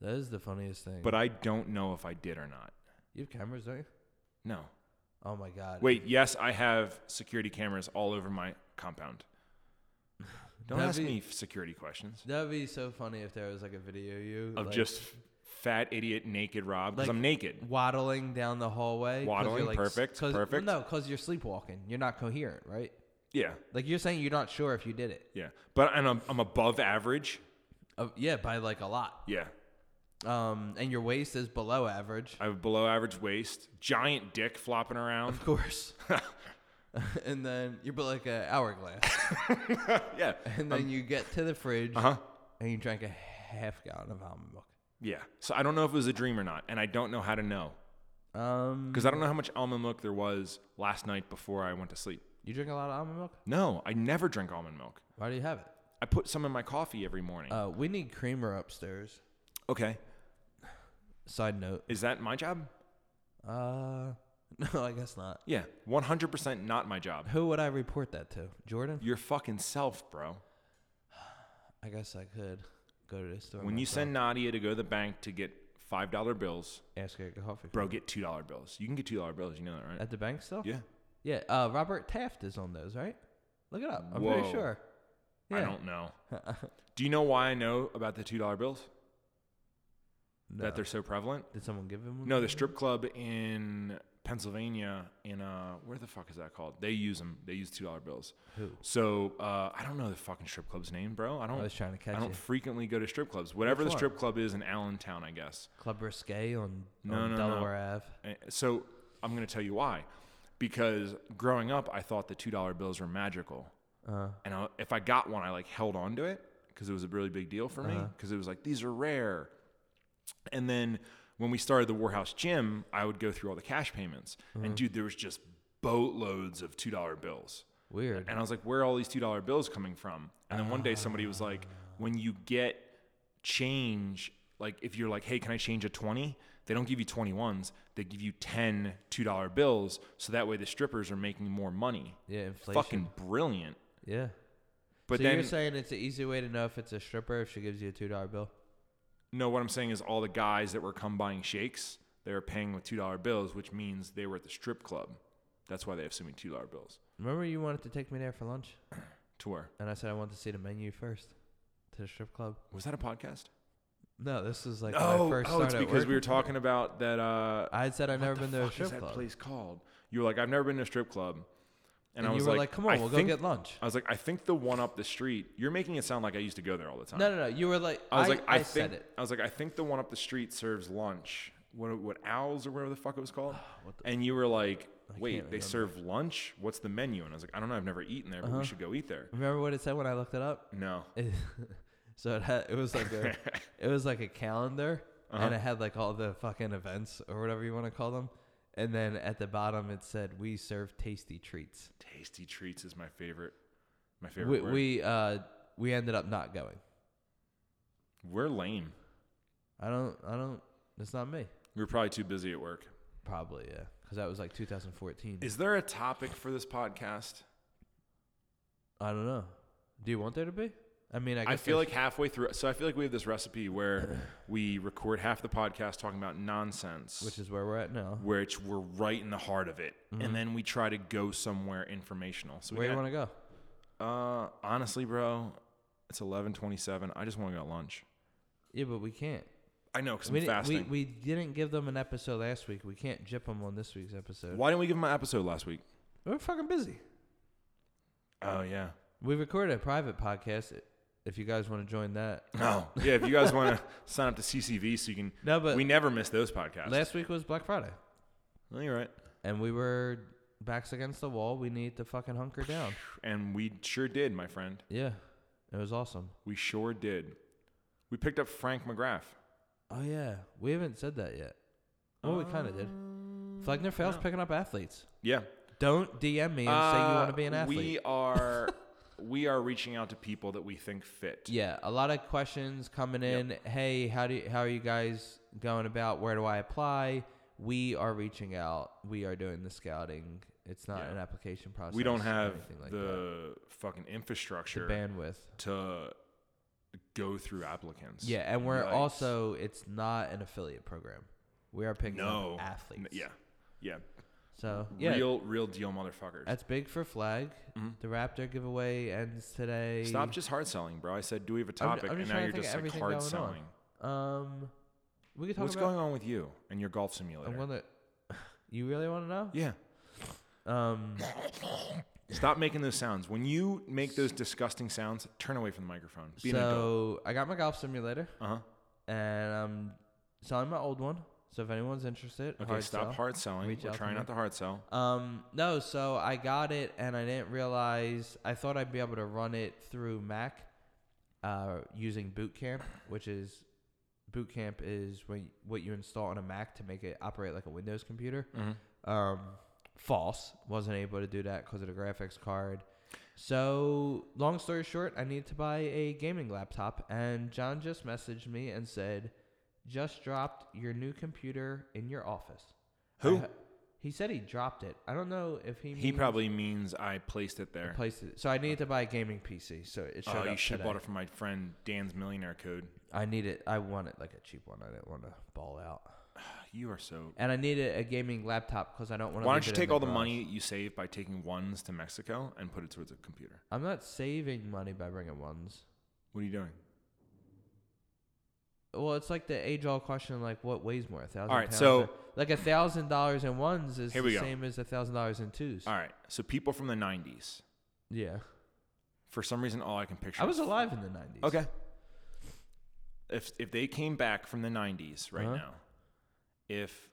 [SPEAKER 2] that is the funniest thing.
[SPEAKER 1] But I don't know if I did or not.
[SPEAKER 2] you have cameras, don't you?
[SPEAKER 1] No.
[SPEAKER 2] Oh my god.
[SPEAKER 1] Wait. Yes, I have security cameras all over my compound. Don't
[SPEAKER 2] That'd
[SPEAKER 1] ask
[SPEAKER 2] be-
[SPEAKER 1] me f- security questions
[SPEAKER 2] That'd be so funny if there was like a video of you
[SPEAKER 1] of
[SPEAKER 2] like,
[SPEAKER 1] just fat idiot naked Rob because
[SPEAKER 2] Like-
[SPEAKER 1] I'm naked.
[SPEAKER 2] waddling down the hallway. 'cause you're,
[SPEAKER 1] Waddling,
[SPEAKER 2] like, s-
[SPEAKER 1] perfect,
[SPEAKER 2] 'cause- well,
[SPEAKER 1] perfect.
[SPEAKER 2] no, because you're sleepwalking. You're not coherent, right?
[SPEAKER 1] Yeah.
[SPEAKER 2] Like you're saying, you're not sure if you did it.
[SPEAKER 1] Yeah. But and I'm, I'm above average.
[SPEAKER 2] Uh, yeah, by like a lot.
[SPEAKER 1] Yeah.
[SPEAKER 2] Um, and your waist is below average,
[SPEAKER 1] I have below average waist, giant dick flopping around.
[SPEAKER 2] of course. and then you're but like an hourglass.
[SPEAKER 1] yeah.
[SPEAKER 2] And then you get to the fridge
[SPEAKER 1] Uh huh.
[SPEAKER 2] and you drank a half gallon of almond milk.
[SPEAKER 1] Yeah. So I don't know if it was a dream or not, and I don't know how to know
[SPEAKER 2] Um,
[SPEAKER 1] because I don't know how much almond milk there was last night before I went to sleep.
[SPEAKER 2] you drink a lot of almond milk.
[SPEAKER 1] No, I never drink almond milk.
[SPEAKER 2] Why do you have it?
[SPEAKER 1] I put some in my coffee every morning.
[SPEAKER 2] Uh, we need creamer upstairs.
[SPEAKER 1] okay.
[SPEAKER 2] Side note.
[SPEAKER 1] Is that my job?
[SPEAKER 2] Uh, no, I guess not.
[SPEAKER 1] Yeah. 100% not my job.
[SPEAKER 2] Who would I report that to? Jordan?
[SPEAKER 1] Your fucking self, bro.
[SPEAKER 2] I guess I could go to the store.
[SPEAKER 1] When you
[SPEAKER 2] myself,
[SPEAKER 1] send Nadia to go to the bank to get $5 bills,
[SPEAKER 2] ask her to get coffee,
[SPEAKER 1] bro, get $2 bills. You can get $2 bills. You know that, right?
[SPEAKER 2] at the bank still.
[SPEAKER 1] Yeah.
[SPEAKER 2] Yeah, uh, Robert Taft is on those, right? Look it up. I'm
[SPEAKER 1] Whoa.
[SPEAKER 2] pretty sure. Yeah.
[SPEAKER 1] I don't know. Do you know why I know about the two dollar bills?
[SPEAKER 2] No.
[SPEAKER 1] That they're so prevalent?
[SPEAKER 2] Did someone give him one?
[SPEAKER 1] No, the strip club in Pennsylvania, in uh, where the fuck is that called? They use them. They use two dollar bills.
[SPEAKER 2] Who?
[SPEAKER 1] So uh, I don't know the fucking strip club's name, bro. I
[SPEAKER 2] I
[SPEAKER 1] don't.
[SPEAKER 2] was trying to
[SPEAKER 1] I
[SPEAKER 2] catch
[SPEAKER 1] don't
[SPEAKER 2] you.
[SPEAKER 1] frequently go to strip clubs. Whatever
[SPEAKER 2] Which
[SPEAKER 1] the
[SPEAKER 2] one?
[SPEAKER 1] strip club is in Allentown, I guess.
[SPEAKER 2] Club Risque on,
[SPEAKER 1] No,
[SPEAKER 2] on
[SPEAKER 1] no, no.
[SPEAKER 2] Delaware Ave.
[SPEAKER 1] Uh, So I'm gonna tell you why. Because growing up, I thought the two dollar bills were magical.
[SPEAKER 2] Uh,
[SPEAKER 1] and I, if I got one, I like held on to it because it was a really big deal for
[SPEAKER 2] Uh-huh.
[SPEAKER 1] me because it was like these are rare. And then when we started the Warhouse Gym, I would go through all the cash payments,
[SPEAKER 2] Uh-huh.
[SPEAKER 1] and dude, there was just boatloads of two dollar bills,
[SPEAKER 2] weird.
[SPEAKER 1] and I was like, where are all these two dollar bills coming from? And then one day somebody was like, when you get change, like if you're like, hey, can I change a twenty? They don't give you 21s. They give you 10 $2 bills. So that way the strippers are making more money.
[SPEAKER 2] yeah, inflation.
[SPEAKER 1] Fucking brilliant.
[SPEAKER 2] yeah.
[SPEAKER 1] But
[SPEAKER 2] so
[SPEAKER 1] then
[SPEAKER 2] you're saying it's an easy way to know if it's a stripper if she gives you a two dollar bill?
[SPEAKER 1] No, what I'm saying is all the guys that were come buying shakes, they were paying with two dollar bills, which means they were at the strip club. That's why they have so many two dollar bills.
[SPEAKER 2] Remember you wanted to take me there for lunch,
[SPEAKER 1] To where?
[SPEAKER 2] and I said I wanted to see the menu first to the strip club.
[SPEAKER 1] Was that a podcast?
[SPEAKER 2] No, this was like when I
[SPEAKER 1] oh,
[SPEAKER 2] first
[SPEAKER 1] oh, it's
[SPEAKER 2] started
[SPEAKER 1] because we were
[SPEAKER 2] working.
[SPEAKER 1] talking about that. Uh,
[SPEAKER 2] I had said I've never
[SPEAKER 1] what
[SPEAKER 2] been
[SPEAKER 1] the
[SPEAKER 2] to a
[SPEAKER 1] fuck is
[SPEAKER 2] strip
[SPEAKER 1] that
[SPEAKER 2] club.
[SPEAKER 1] place called? You were like, I've never been to a strip club, And,
[SPEAKER 2] And
[SPEAKER 1] I
[SPEAKER 2] you
[SPEAKER 1] was
[SPEAKER 2] were
[SPEAKER 1] like,
[SPEAKER 2] like, "Come on,
[SPEAKER 1] I
[SPEAKER 2] we'll go
[SPEAKER 1] think-
[SPEAKER 2] get lunch."
[SPEAKER 1] I was like, I think the one up the street. You're making it sound like I used to go there all the time.
[SPEAKER 2] No, no, no. You were like,
[SPEAKER 1] I was like, I, think,
[SPEAKER 2] said it.
[SPEAKER 1] I was like, I think the one up the street serves lunch. What, what owls or whatever the fuck it was called? and you were like, wait, they serve lunch? What's the menu? And I was like, I don't know. I've never eaten there, but
[SPEAKER 2] Uh-huh.
[SPEAKER 1] we should go eat there.
[SPEAKER 2] Remember what it said when I looked it up?
[SPEAKER 1] No.
[SPEAKER 2] It- so it had, it was like a it was like a calendar
[SPEAKER 1] Uh-huh.
[SPEAKER 2] and it had like all the fucking events or whatever you want to call them. And then at the bottom it said we serve tasty treats.
[SPEAKER 1] Tasty treats is my favorite. My favorite.
[SPEAKER 2] We
[SPEAKER 1] word.
[SPEAKER 2] we uh we ended up not going.
[SPEAKER 1] We're lame.
[SPEAKER 2] I don't I don't it's not me.
[SPEAKER 1] We were probably too busy at work.
[SPEAKER 2] Probably, yeah. Cuz that was like 2014.
[SPEAKER 1] Is there a topic for this podcast?
[SPEAKER 2] I don't know. Do you want there to be? I mean, I, guess
[SPEAKER 1] I feel
[SPEAKER 2] there's-
[SPEAKER 1] like halfway through. So I feel like we have this recipe where we record half the podcast talking about nonsense,
[SPEAKER 2] which is where we're at now.
[SPEAKER 1] which we're right in the heart of it, and then we try to go somewhere informational. So
[SPEAKER 2] Mm-hmm. Where
[SPEAKER 1] we
[SPEAKER 2] you
[SPEAKER 1] got,
[SPEAKER 2] want to go?
[SPEAKER 1] uh, honestly, bro, it's eleven twenty-seven. I just want to go to lunch.
[SPEAKER 2] Yeah, but we can't.
[SPEAKER 1] I know because I'm
[SPEAKER 2] We, didn't,
[SPEAKER 1] fasting.
[SPEAKER 2] we we didn't give them an episode last week. We can't jip them on this week's episode.
[SPEAKER 1] Why didn't we give him an episode last week?
[SPEAKER 2] We're fucking busy.
[SPEAKER 1] Oh yeah.
[SPEAKER 2] We recorded a private podcast. If you guys want to join that,
[SPEAKER 1] Oh yeah. If you guys want to sign up to CCV, so you can.
[SPEAKER 2] no. But
[SPEAKER 1] we never miss those podcasts.
[SPEAKER 2] last week was Black Friday,
[SPEAKER 1] No, you're right.
[SPEAKER 2] and we were backs against the wall. We need to fucking hunker down.
[SPEAKER 1] And we sure did, my friend.
[SPEAKER 2] Yeah, it was awesome.
[SPEAKER 1] We sure did. We picked up Frank McGrath.
[SPEAKER 2] Oh yeah, we haven't said that yet. Well, we kind of did.
[SPEAKER 1] Um,
[SPEAKER 2] Flagner fails picking up athletes.
[SPEAKER 1] Yeah.
[SPEAKER 2] Don't DM me and say you
[SPEAKER 1] Uh,
[SPEAKER 2] want to be an athlete.
[SPEAKER 1] We are we are reaching out to people that we think fit.
[SPEAKER 2] Yeah, a lot of questions coming in. Hey, how do you, how are you guys going about? Where do I apply? We are reaching out. We are doing the scouting. It's not
[SPEAKER 1] Yeah.
[SPEAKER 2] an application process.
[SPEAKER 1] we don't
[SPEAKER 2] or
[SPEAKER 1] have
[SPEAKER 2] anything like that.
[SPEAKER 1] the fucking
[SPEAKER 2] the
[SPEAKER 1] infrastructure
[SPEAKER 2] bandwidth.
[SPEAKER 1] to go through applicants.
[SPEAKER 2] Yeah, and we're
[SPEAKER 1] Yikes.
[SPEAKER 2] also it's not an affiliate program. We are picking
[SPEAKER 1] no
[SPEAKER 2] up athletes.
[SPEAKER 1] Yeah. Yeah.
[SPEAKER 2] So yeah,
[SPEAKER 1] Real real deal motherfuckers.
[SPEAKER 2] that's big for flag. The Raptor giveaway ends today.
[SPEAKER 1] Mm-hmm. Stop just hard selling, bro. I said do we have a
[SPEAKER 2] I'm-
[SPEAKER 1] topic
[SPEAKER 2] I'm
[SPEAKER 1] and
[SPEAKER 2] just
[SPEAKER 1] now
[SPEAKER 2] trying
[SPEAKER 1] you're
[SPEAKER 2] to think
[SPEAKER 1] just
[SPEAKER 2] of
[SPEAKER 1] like
[SPEAKER 2] everything
[SPEAKER 1] hard
[SPEAKER 2] going on.
[SPEAKER 1] selling.
[SPEAKER 2] Um, we could talk
[SPEAKER 1] What's
[SPEAKER 2] about.
[SPEAKER 1] going on with you and your golf simulator?
[SPEAKER 2] I'm gonna. You really want to know?
[SPEAKER 1] yeah.
[SPEAKER 2] Um.
[SPEAKER 1] Stop making those sounds. When you make those disgusting sounds, turn away from the microphone. Be an adult.
[SPEAKER 2] so I got my golf simulator
[SPEAKER 1] Uh huh.
[SPEAKER 2] and I'm selling my old one. So if anyone's interested,
[SPEAKER 1] Okay,
[SPEAKER 2] hard
[SPEAKER 1] stop
[SPEAKER 2] sell.
[SPEAKER 1] hard selling.
[SPEAKER 2] Reach
[SPEAKER 1] We're
[SPEAKER 2] out to
[SPEAKER 1] trying
[SPEAKER 2] me.
[SPEAKER 1] not to hard sell.
[SPEAKER 2] Um, no, so I got it and I didn't realize I thought I'd be able to run it through Mac uh, using Boot Camp, which is Boot Camp is when what you install on a Mac to make it operate like a Windows computer. Um, false, wasn't able to do that because of the graphics card. So long story short, I need to buy a gaming laptop, and John just messaged me and said, "Just dropped your new computer in your office."
[SPEAKER 1] Mm-hmm. Who?
[SPEAKER 2] I ha- he said he dropped it. I don't know if he
[SPEAKER 1] He
[SPEAKER 2] means
[SPEAKER 1] probably means I placed it there.
[SPEAKER 2] placed it. So I needed to buy a gaming PC. So it showed
[SPEAKER 1] Oh,
[SPEAKER 2] up
[SPEAKER 1] you should have
[SPEAKER 2] today.
[SPEAKER 1] bought it from my friend Dan's millionaire code.
[SPEAKER 2] I need it. I wanted like a cheap one. I didn't want to ball out.
[SPEAKER 1] You are so.
[SPEAKER 2] And I needed a gaming laptop because I don't want.
[SPEAKER 1] Why don't you take all the money you save by taking ones to Mexico and put it towards a computer?
[SPEAKER 2] I'm not saving money by bringing ones.
[SPEAKER 1] What are you doing?
[SPEAKER 2] Well, it's like the age old question, like what weighs more, a thousand.
[SPEAKER 1] All right,
[SPEAKER 2] pounds
[SPEAKER 1] so-
[SPEAKER 2] or- like a thousand dollars in ones is
[SPEAKER 1] Here
[SPEAKER 2] the
[SPEAKER 1] we go.
[SPEAKER 2] same as a thousand dollars in twos.
[SPEAKER 1] All right. So people from the '90s.
[SPEAKER 2] Yeah,
[SPEAKER 1] For some reason, all I can picture.
[SPEAKER 2] I was
[SPEAKER 1] is-
[SPEAKER 2] alive in the nineties.
[SPEAKER 1] Okay. If if they came back from the '90s right
[SPEAKER 2] Uh-huh.
[SPEAKER 1] now, if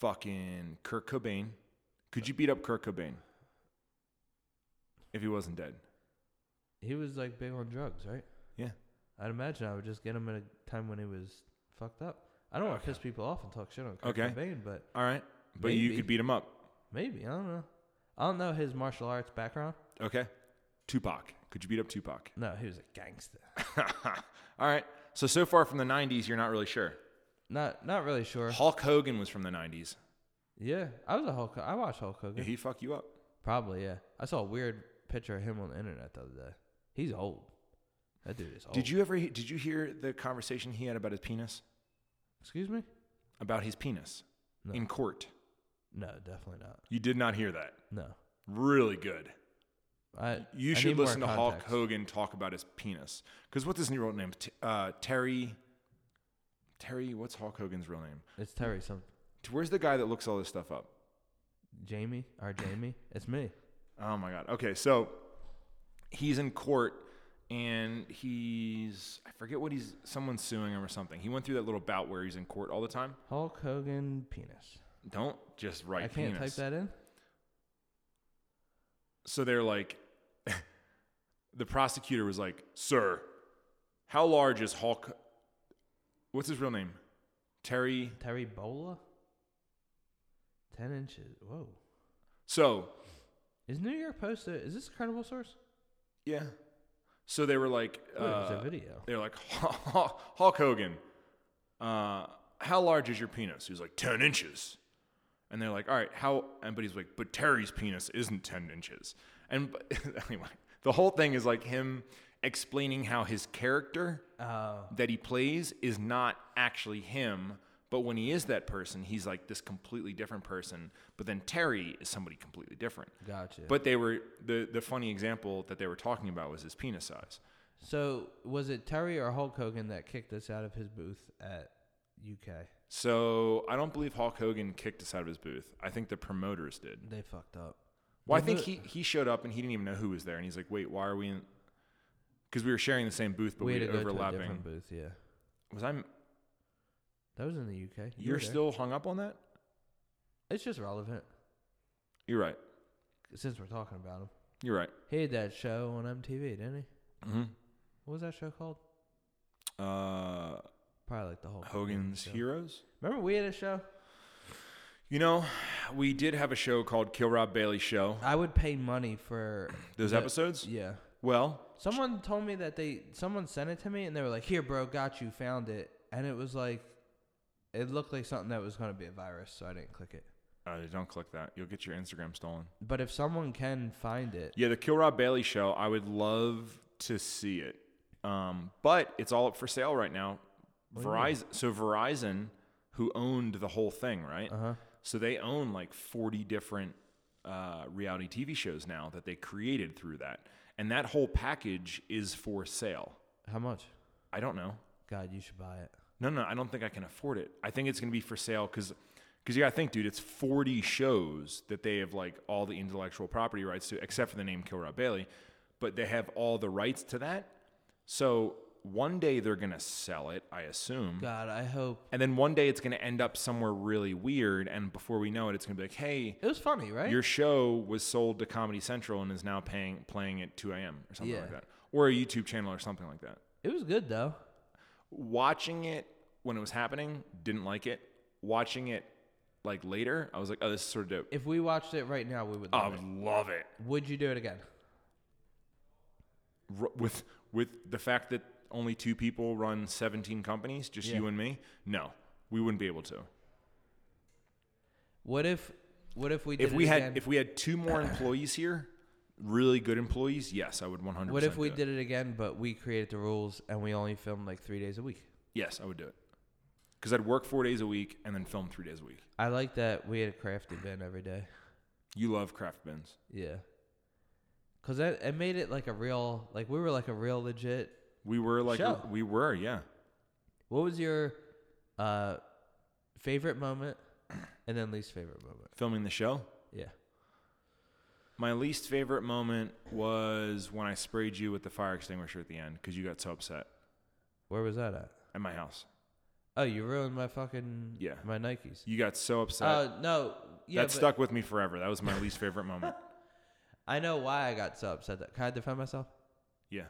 [SPEAKER 1] fucking Kurt Cobain, could you beat up Kurt Cobain if he wasn't dead?
[SPEAKER 2] he was like big on drugs, right?
[SPEAKER 1] Yeah.
[SPEAKER 2] I'd imagine I would just get him at a time when he was fucked up. I don't want to piss people off and talk shit on Kurt
[SPEAKER 1] Okay.
[SPEAKER 2] Cobain, but
[SPEAKER 1] All right. But you
[SPEAKER 2] Maybe.
[SPEAKER 1] could beat him up.
[SPEAKER 2] maybe I don't know. I don't know his martial arts background.
[SPEAKER 1] Okay. Tupac. Could you beat up Tupac?
[SPEAKER 2] No, he was a gangster.
[SPEAKER 1] All right. So so far from the 90s, you're not really sure.
[SPEAKER 2] Not not really sure.
[SPEAKER 1] Hulk Hogan was from the 90s.
[SPEAKER 2] Yeah, I was a Hulk. I watched Hulk Hogan.
[SPEAKER 1] Did he fuck you up?
[SPEAKER 2] Probably yeah. I saw a weird picture of him on the internet the other day. He's old. That dude is old.
[SPEAKER 1] Did you ever he- did you hear the conversation he had about his penis?
[SPEAKER 2] Excuse me?
[SPEAKER 1] About his penis
[SPEAKER 2] No.
[SPEAKER 1] in court.
[SPEAKER 2] No, definitely not.
[SPEAKER 1] You did not hear that.
[SPEAKER 2] No.
[SPEAKER 1] Really good.
[SPEAKER 2] I
[SPEAKER 1] You
[SPEAKER 2] I
[SPEAKER 1] should
[SPEAKER 2] need more
[SPEAKER 1] listen to Hulk
[SPEAKER 2] context.
[SPEAKER 1] Hogan talk about his penis. Because what's his new real name? T- uh, Terry. Terry, what's Hulk Hogan's real name?
[SPEAKER 2] It's Terry some
[SPEAKER 1] Where's the guy that looks all this stuff up?
[SPEAKER 2] Jamie or Jamie. It's me.
[SPEAKER 1] Oh my god. Okay, so he's in court and he's I forget what he's someone's suing him or something. He went through that little bout where he's in court all the time.
[SPEAKER 2] Hulk Hogan penis.
[SPEAKER 1] Don't just write
[SPEAKER 2] I can't
[SPEAKER 1] penis.
[SPEAKER 2] type that in.
[SPEAKER 1] So they're like the prosecutor was like, "Sir, how large is Hulk What's his real name? Terry
[SPEAKER 2] Terry Bola. Ten inches. Whoa.
[SPEAKER 1] So,
[SPEAKER 2] Is New York Post? A, is this a credible source?
[SPEAKER 1] yeah. So they were like
[SPEAKER 2] Wait, it was
[SPEAKER 1] uh,
[SPEAKER 2] a video.
[SPEAKER 1] They're like, Hulk Hogan, uh, how large is your penis? He was like, 10 inches. And they're like, all right, how? And but he's like, but Terry's penis isn't 10 inches. And but, anyway, the whole thing is like him explaining how his character
[SPEAKER 2] Oh.
[SPEAKER 1] that he plays is not actually him. But when he is that person, he's like this completely different person. But then Terry is somebody completely different.
[SPEAKER 2] Gotcha.
[SPEAKER 1] But they were the the funny example that they were talking about was his penis size.
[SPEAKER 2] so was it Terry or Hulk Hogan that kicked us out of his booth at UK?
[SPEAKER 1] So I don't believe Hulk Hogan kicked us out of his booth. I think the promoters did.
[SPEAKER 2] They fucked up.
[SPEAKER 1] Well, I
[SPEAKER 2] The
[SPEAKER 1] think
[SPEAKER 2] mo-
[SPEAKER 1] he, he showed up and he didn't even know who was there, and he's like, "Wait, why are we in?" Because we were sharing the same booth, but
[SPEAKER 2] we
[SPEAKER 1] we,
[SPEAKER 2] had to
[SPEAKER 1] had
[SPEAKER 2] go to a
[SPEAKER 1] overlapping.
[SPEAKER 2] different booth. Yeah,
[SPEAKER 1] Was I?
[SPEAKER 2] that was in the UK. You were
[SPEAKER 1] You're
[SPEAKER 2] there.
[SPEAKER 1] still hung up on that?
[SPEAKER 2] It's just relevant
[SPEAKER 1] You're right.
[SPEAKER 2] since we're talking about him.
[SPEAKER 1] You're right.
[SPEAKER 2] He had that show on MTV, didn't he?
[SPEAKER 1] Mm-hmm.
[SPEAKER 2] What was that show called?
[SPEAKER 1] Uh,
[SPEAKER 2] Probably like the Hulk
[SPEAKER 1] Hogan's
[SPEAKER 2] show.
[SPEAKER 1] Heroes.
[SPEAKER 2] Remember we had a show.
[SPEAKER 1] You know, we did have a show called Kill Rob Bailey Show.
[SPEAKER 2] I would pay money for
[SPEAKER 1] Those
[SPEAKER 2] the-
[SPEAKER 1] episodes.
[SPEAKER 2] Yeah.
[SPEAKER 1] Well,
[SPEAKER 2] Someone told me that they someone sent it to me and they were like, "Here, bro, got you, found it," and it was like, it looked like something that was going to be a virus, so I didn't click it.
[SPEAKER 1] uh, don't click that. You'll get your Instagram stolen.
[SPEAKER 2] But if someone can find it,
[SPEAKER 1] Yeah, the Kill Rob Bailey show. I would love to see it, um, but it's all up for sale right now. Verizon. So Verizon, who owned the whole thing, right?
[SPEAKER 2] uh huh.
[SPEAKER 1] So they own like forty different uh, reality TV shows now that they created through that, and that whole package is for sale.
[SPEAKER 2] How much?
[SPEAKER 1] I don't know.
[SPEAKER 2] God, you should buy it.
[SPEAKER 1] No, no, I don't think I can afford it. I think it's gonna be for sale because. Because you gotta think, dude, it's 40 shows that they have like all the intellectual property rights to, except for the name Kill Rob Bailey, but they have all the rights to that. So one day they're gonna sell it, I assume.
[SPEAKER 2] God, I hope
[SPEAKER 1] And then one day it's gonna end up somewhere really weird. And before we know it, it's gonna be like, hey,
[SPEAKER 2] it was funny, right?
[SPEAKER 1] your show was sold to Comedy Central and is now paying playing at 2 a.m. or something like
[SPEAKER 2] Yeah.
[SPEAKER 1] that, or a YouTube channel or something like that
[SPEAKER 2] it was good though.
[SPEAKER 1] watching it when it was happening didn't like it watching it like later i was like oh this is sort of dope
[SPEAKER 2] If we watched it right now, we would.
[SPEAKER 1] i
[SPEAKER 2] Love
[SPEAKER 1] would love it
[SPEAKER 2] it. Would you do it again?
[SPEAKER 1] R- with with the fact that only two people run 17 companies just
[SPEAKER 2] Yeah.
[SPEAKER 1] you and me no we wouldn't be able to
[SPEAKER 2] What if? What if we did
[SPEAKER 1] if we
[SPEAKER 2] it
[SPEAKER 1] had
[SPEAKER 2] again?
[SPEAKER 1] if we had two more employees here really good employees yes i would 100%
[SPEAKER 2] what if we
[SPEAKER 1] do it.
[SPEAKER 2] did it again, but we created the rules and we only filmed like three days a week?
[SPEAKER 1] yes i would do it because i'd work four days a week and then film three days a week
[SPEAKER 2] I like that we had a craft event every day.
[SPEAKER 1] you love craft bins
[SPEAKER 2] Yeah. Cause that it made it like a real like we were like a real legit.
[SPEAKER 1] we were like
[SPEAKER 2] Show.
[SPEAKER 1] we were yeah
[SPEAKER 2] What was your uh favorite moment and then least favorite moment?
[SPEAKER 1] filming the show
[SPEAKER 2] Yeah.
[SPEAKER 1] My least favorite moment was when I sprayed you with the fire extinguisher at the end because you got so upset
[SPEAKER 2] Where was that at?
[SPEAKER 1] at my house.
[SPEAKER 2] Oh, you ruined my fucking
[SPEAKER 1] Yeah.
[SPEAKER 2] my Nikes.
[SPEAKER 1] You got so upset.
[SPEAKER 2] Oh no, yeah,
[SPEAKER 1] that
[SPEAKER 2] but
[SPEAKER 1] stuck with me forever. That was my least favorite moment.
[SPEAKER 2] I know why I got so upset. That can I defend myself?
[SPEAKER 1] Yeah.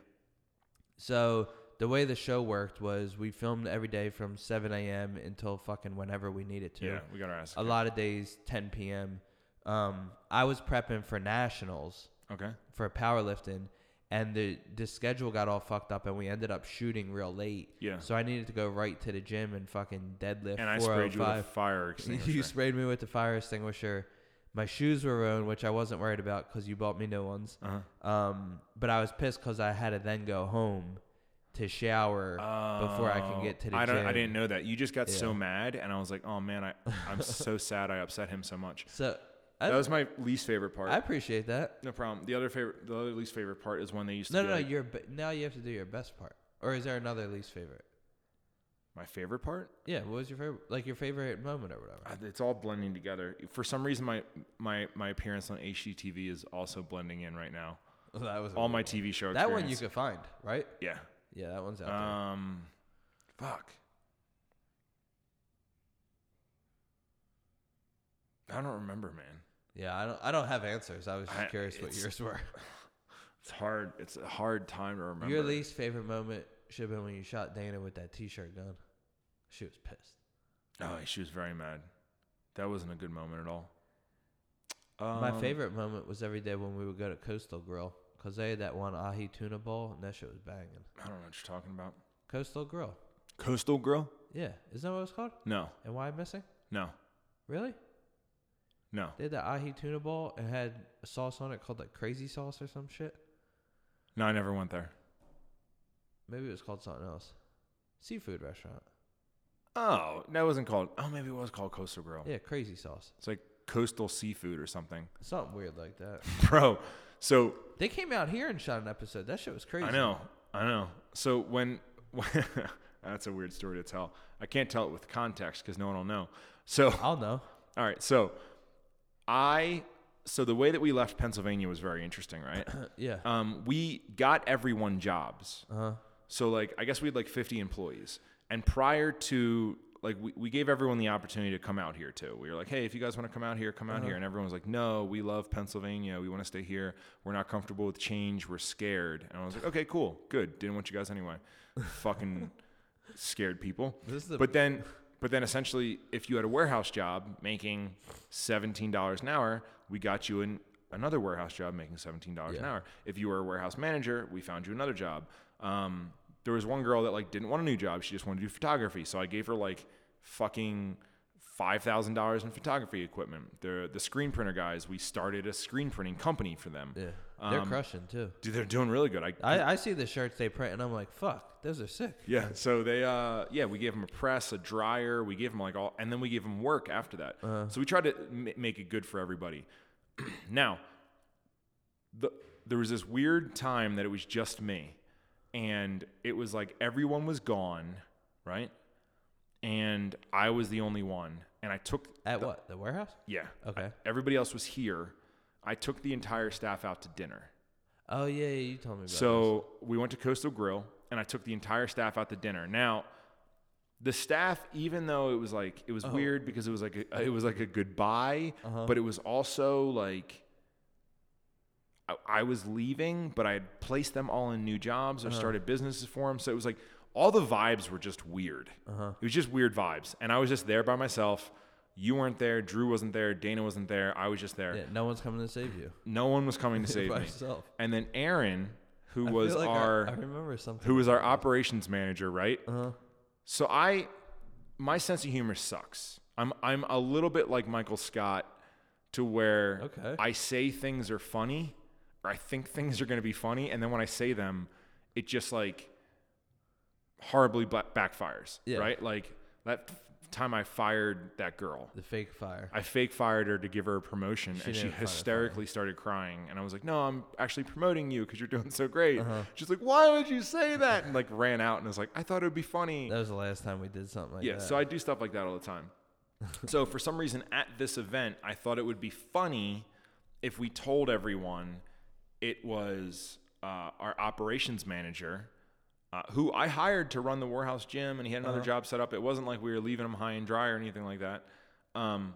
[SPEAKER 2] So the way the show worked was we filmed every day from 7 a.m. until fucking whenever we needed to.
[SPEAKER 1] Yeah. We got our ass.
[SPEAKER 2] A lot of days 10 p.m. Um, I was prepping for nationals.
[SPEAKER 1] Okay.
[SPEAKER 2] for powerlifting and the the schedule got all fucked up and we ended up shooting real late.
[SPEAKER 1] Yeah.
[SPEAKER 2] So I needed to go right to the gym and fucking deadlift
[SPEAKER 1] And I sprayed you with a
[SPEAKER 2] 405.
[SPEAKER 1] fire extinguisher.
[SPEAKER 2] you sprayed me with the fire extinguisher. My shoes were ruined, which I wasn't worried about because you bought me new ones.
[SPEAKER 1] uh-huh.
[SPEAKER 2] Um, but I was pissed because I had to then go home to shower
[SPEAKER 1] Uh,
[SPEAKER 2] before I can
[SPEAKER 1] Oh,
[SPEAKER 2] get to the
[SPEAKER 1] I
[SPEAKER 2] gym.
[SPEAKER 1] don't. I didn't know that. You just got so
[SPEAKER 2] Yeah.
[SPEAKER 1] mad, and I was like, "Oh man, I, I'm so sad. I upset him so much."
[SPEAKER 2] So I,
[SPEAKER 1] That was my least favorite part.
[SPEAKER 2] I appreciate that.
[SPEAKER 1] no problem. The other favorite, the other least favorite part is when they used to.
[SPEAKER 2] No,
[SPEAKER 1] be
[SPEAKER 2] no, no.
[SPEAKER 1] like-
[SPEAKER 2] You're now you have to do your best part. Or is there another least favorite?
[SPEAKER 1] My favorite part?
[SPEAKER 2] Yeah. What was your favorite? Like your favorite moment or whatever.
[SPEAKER 1] Uh, It's all blending together. For some reason, my my my appearance on HGTV is also blending in right now.
[SPEAKER 2] that was a
[SPEAKER 1] All
[SPEAKER 2] good
[SPEAKER 1] my TV show.
[SPEAKER 2] one. That one you
[SPEAKER 1] experience.
[SPEAKER 2] could find, right?
[SPEAKER 1] Yeah.
[SPEAKER 2] Yeah, that one's out there.
[SPEAKER 1] Um, fuck. I don't remember, man.
[SPEAKER 2] Yeah, I don't. I don't have answers. I was just
[SPEAKER 1] I-
[SPEAKER 2] curious what
[SPEAKER 1] it's-
[SPEAKER 2] yours were.
[SPEAKER 1] It's hard. It's a hard time to remember.
[SPEAKER 2] Your least favorite moment should have been when you shot Dana with that T-shirt gun. She was pissed.
[SPEAKER 1] Oh, she was very mad. That wasn't a good moment at all. Um,
[SPEAKER 2] My favorite moment was every day when we would go to Coastal Grill because they had that one ahi tuna bowl and that shit was banging.
[SPEAKER 1] Um, I don't know what you're talking about.
[SPEAKER 2] Coastal Grill.
[SPEAKER 1] Coastal Grill?
[SPEAKER 2] Yeah, is that what it's called?
[SPEAKER 1] No,
[SPEAKER 2] And why I'm missing?
[SPEAKER 1] no,
[SPEAKER 2] Really?
[SPEAKER 1] no,
[SPEAKER 2] They had that ahi tuna bowl and had a sauce on it called like crazy sauce or some shit.
[SPEAKER 1] no. I never went there.
[SPEAKER 2] Maybe it was called something else. Seafood restaurant.
[SPEAKER 1] Oh, that wasn't called. Oh, maybe it was called Coastal Grill.
[SPEAKER 2] Yeah, crazy sauce.
[SPEAKER 1] It's like coastal seafood or something,
[SPEAKER 2] Something weird like that.
[SPEAKER 1] bro. So
[SPEAKER 2] They came out here and shot an episode. That shit was crazy.
[SPEAKER 1] I know, I know. So when, that's a weird story to tell. I can't tell it with context because no one will know. So
[SPEAKER 2] I'll know.
[SPEAKER 1] all right, so I so the way that we left Pennsylvania was very interesting, right?
[SPEAKER 2] Uh, yeah.
[SPEAKER 1] um, we got everyone jobs.
[SPEAKER 2] Uh-huh.
[SPEAKER 1] So like I guess we had like 50 employees. And prior to like we, we gave everyone the opportunity to come out here too. We were like, hey, if you guys want to come out here, come out
[SPEAKER 2] Uh-huh.
[SPEAKER 1] here. And everyone was like, no, we love Pennsylvania. We want to stay here. We're not comfortable with change. We're scared. And I was like, okay, cool, good. Didn't want you guys anyway. Fucking scared people.
[SPEAKER 2] This is the-
[SPEAKER 1] but then but then essentially if you had a warehouse job making $17 an hour, we got you in another warehouse job making $17 an
[SPEAKER 2] Yeah.
[SPEAKER 1] hour. If you were a warehouse manager, we found you another job. Um, there was one girl that like didn't want a new job. She just wanted to do photography. So I gave her like fucking five thousand dollars in photography equipment. The the screen printer guys, we started a screen printing company for them.
[SPEAKER 2] Yeah. They're
[SPEAKER 1] Um,
[SPEAKER 2] crushing too.
[SPEAKER 1] Dude, they're doing really good. I,
[SPEAKER 2] I, I see the shirts they print and I'm like, fuck, those are sick.
[SPEAKER 1] yeah. So they, uh, yeah, we gave them a press, a dryer. We gave them like all, and then we gave them work after that. So we tried to m- make it good for everybody. now, the, there was this weird time that it was just me, and it was like everyone was gone, right? And I was the only one. And I took,
[SPEAKER 2] At what? The warehouse?
[SPEAKER 1] yeah,
[SPEAKER 2] Okay.
[SPEAKER 1] everybody else was here. I took the entire staff out to dinner.
[SPEAKER 2] Oh yeah, yeah, you told me about this.
[SPEAKER 1] So we went to Coastal Grill and I took the entire staff out to dinner. Now, the staff, even though it was like it was
[SPEAKER 2] Oh.
[SPEAKER 1] weird because it was like a, it was like a goodbye,
[SPEAKER 2] Uh-huh.
[SPEAKER 1] but it was also like I, I was leaving, but I had placed them all in new jobs.
[SPEAKER 2] Uh-huh.
[SPEAKER 1] I started businesses for them, so it was like all the vibes were just weird.
[SPEAKER 2] Uh-huh.
[SPEAKER 1] It was just weird vibes, and I was just there by myself. You weren't there. Drew wasn't there. Dana wasn't there. I was just there.
[SPEAKER 2] Yeah, no one's coming to save you.
[SPEAKER 1] No one was coming to save
[SPEAKER 2] by
[SPEAKER 1] me.
[SPEAKER 2] yourself.
[SPEAKER 1] And then Aaron, who
[SPEAKER 2] I
[SPEAKER 1] was
[SPEAKER 2] feel like I-
[SPEAKER 1] our
[SPEAKER 2] I, remember something.
[SPEAKER 1] who was our operations manager, right? Uh-huh. So I, my sense of humor sucks. I'm I'm a little bit like Michael Scott, to where
[SPEAKER 2] Okay.
[SPEAKER 1] I say things are funny, or I think things are going to be funny, and then when I say them, it just like horribly ba- backfires,
[SPEAKER 2] Yeah.
[SPEAKER 1] right? Like that f- time I fired that girl.
[SPEAKER 2] the fake fire.
[SPEAKER 1] I fake fired her to give her a promotion, and she
[SPEAKER 2] didn't find it
[SPEAKER 1] hysterically started crying. And I was like, "No, I'm actually promoting you because you're doing so great." She's like, "Why would you say that?" And like ran out, and was like, "I thought it would be funny."
[SPEAKER 2] that was the last time we did something like
[SPEAKER 1] yeah,
[SPEAKER 2] that.
[SPEAKER 1] so I do stuff like that all the time. so for some reason, at this event, I thought it would be funny if we told everyone it was uh, our operations manager. Uh, who I hired to run the warehouse gym, and he had another job set up. It wasn't like we were leaving him high and dry or anything like that. Um,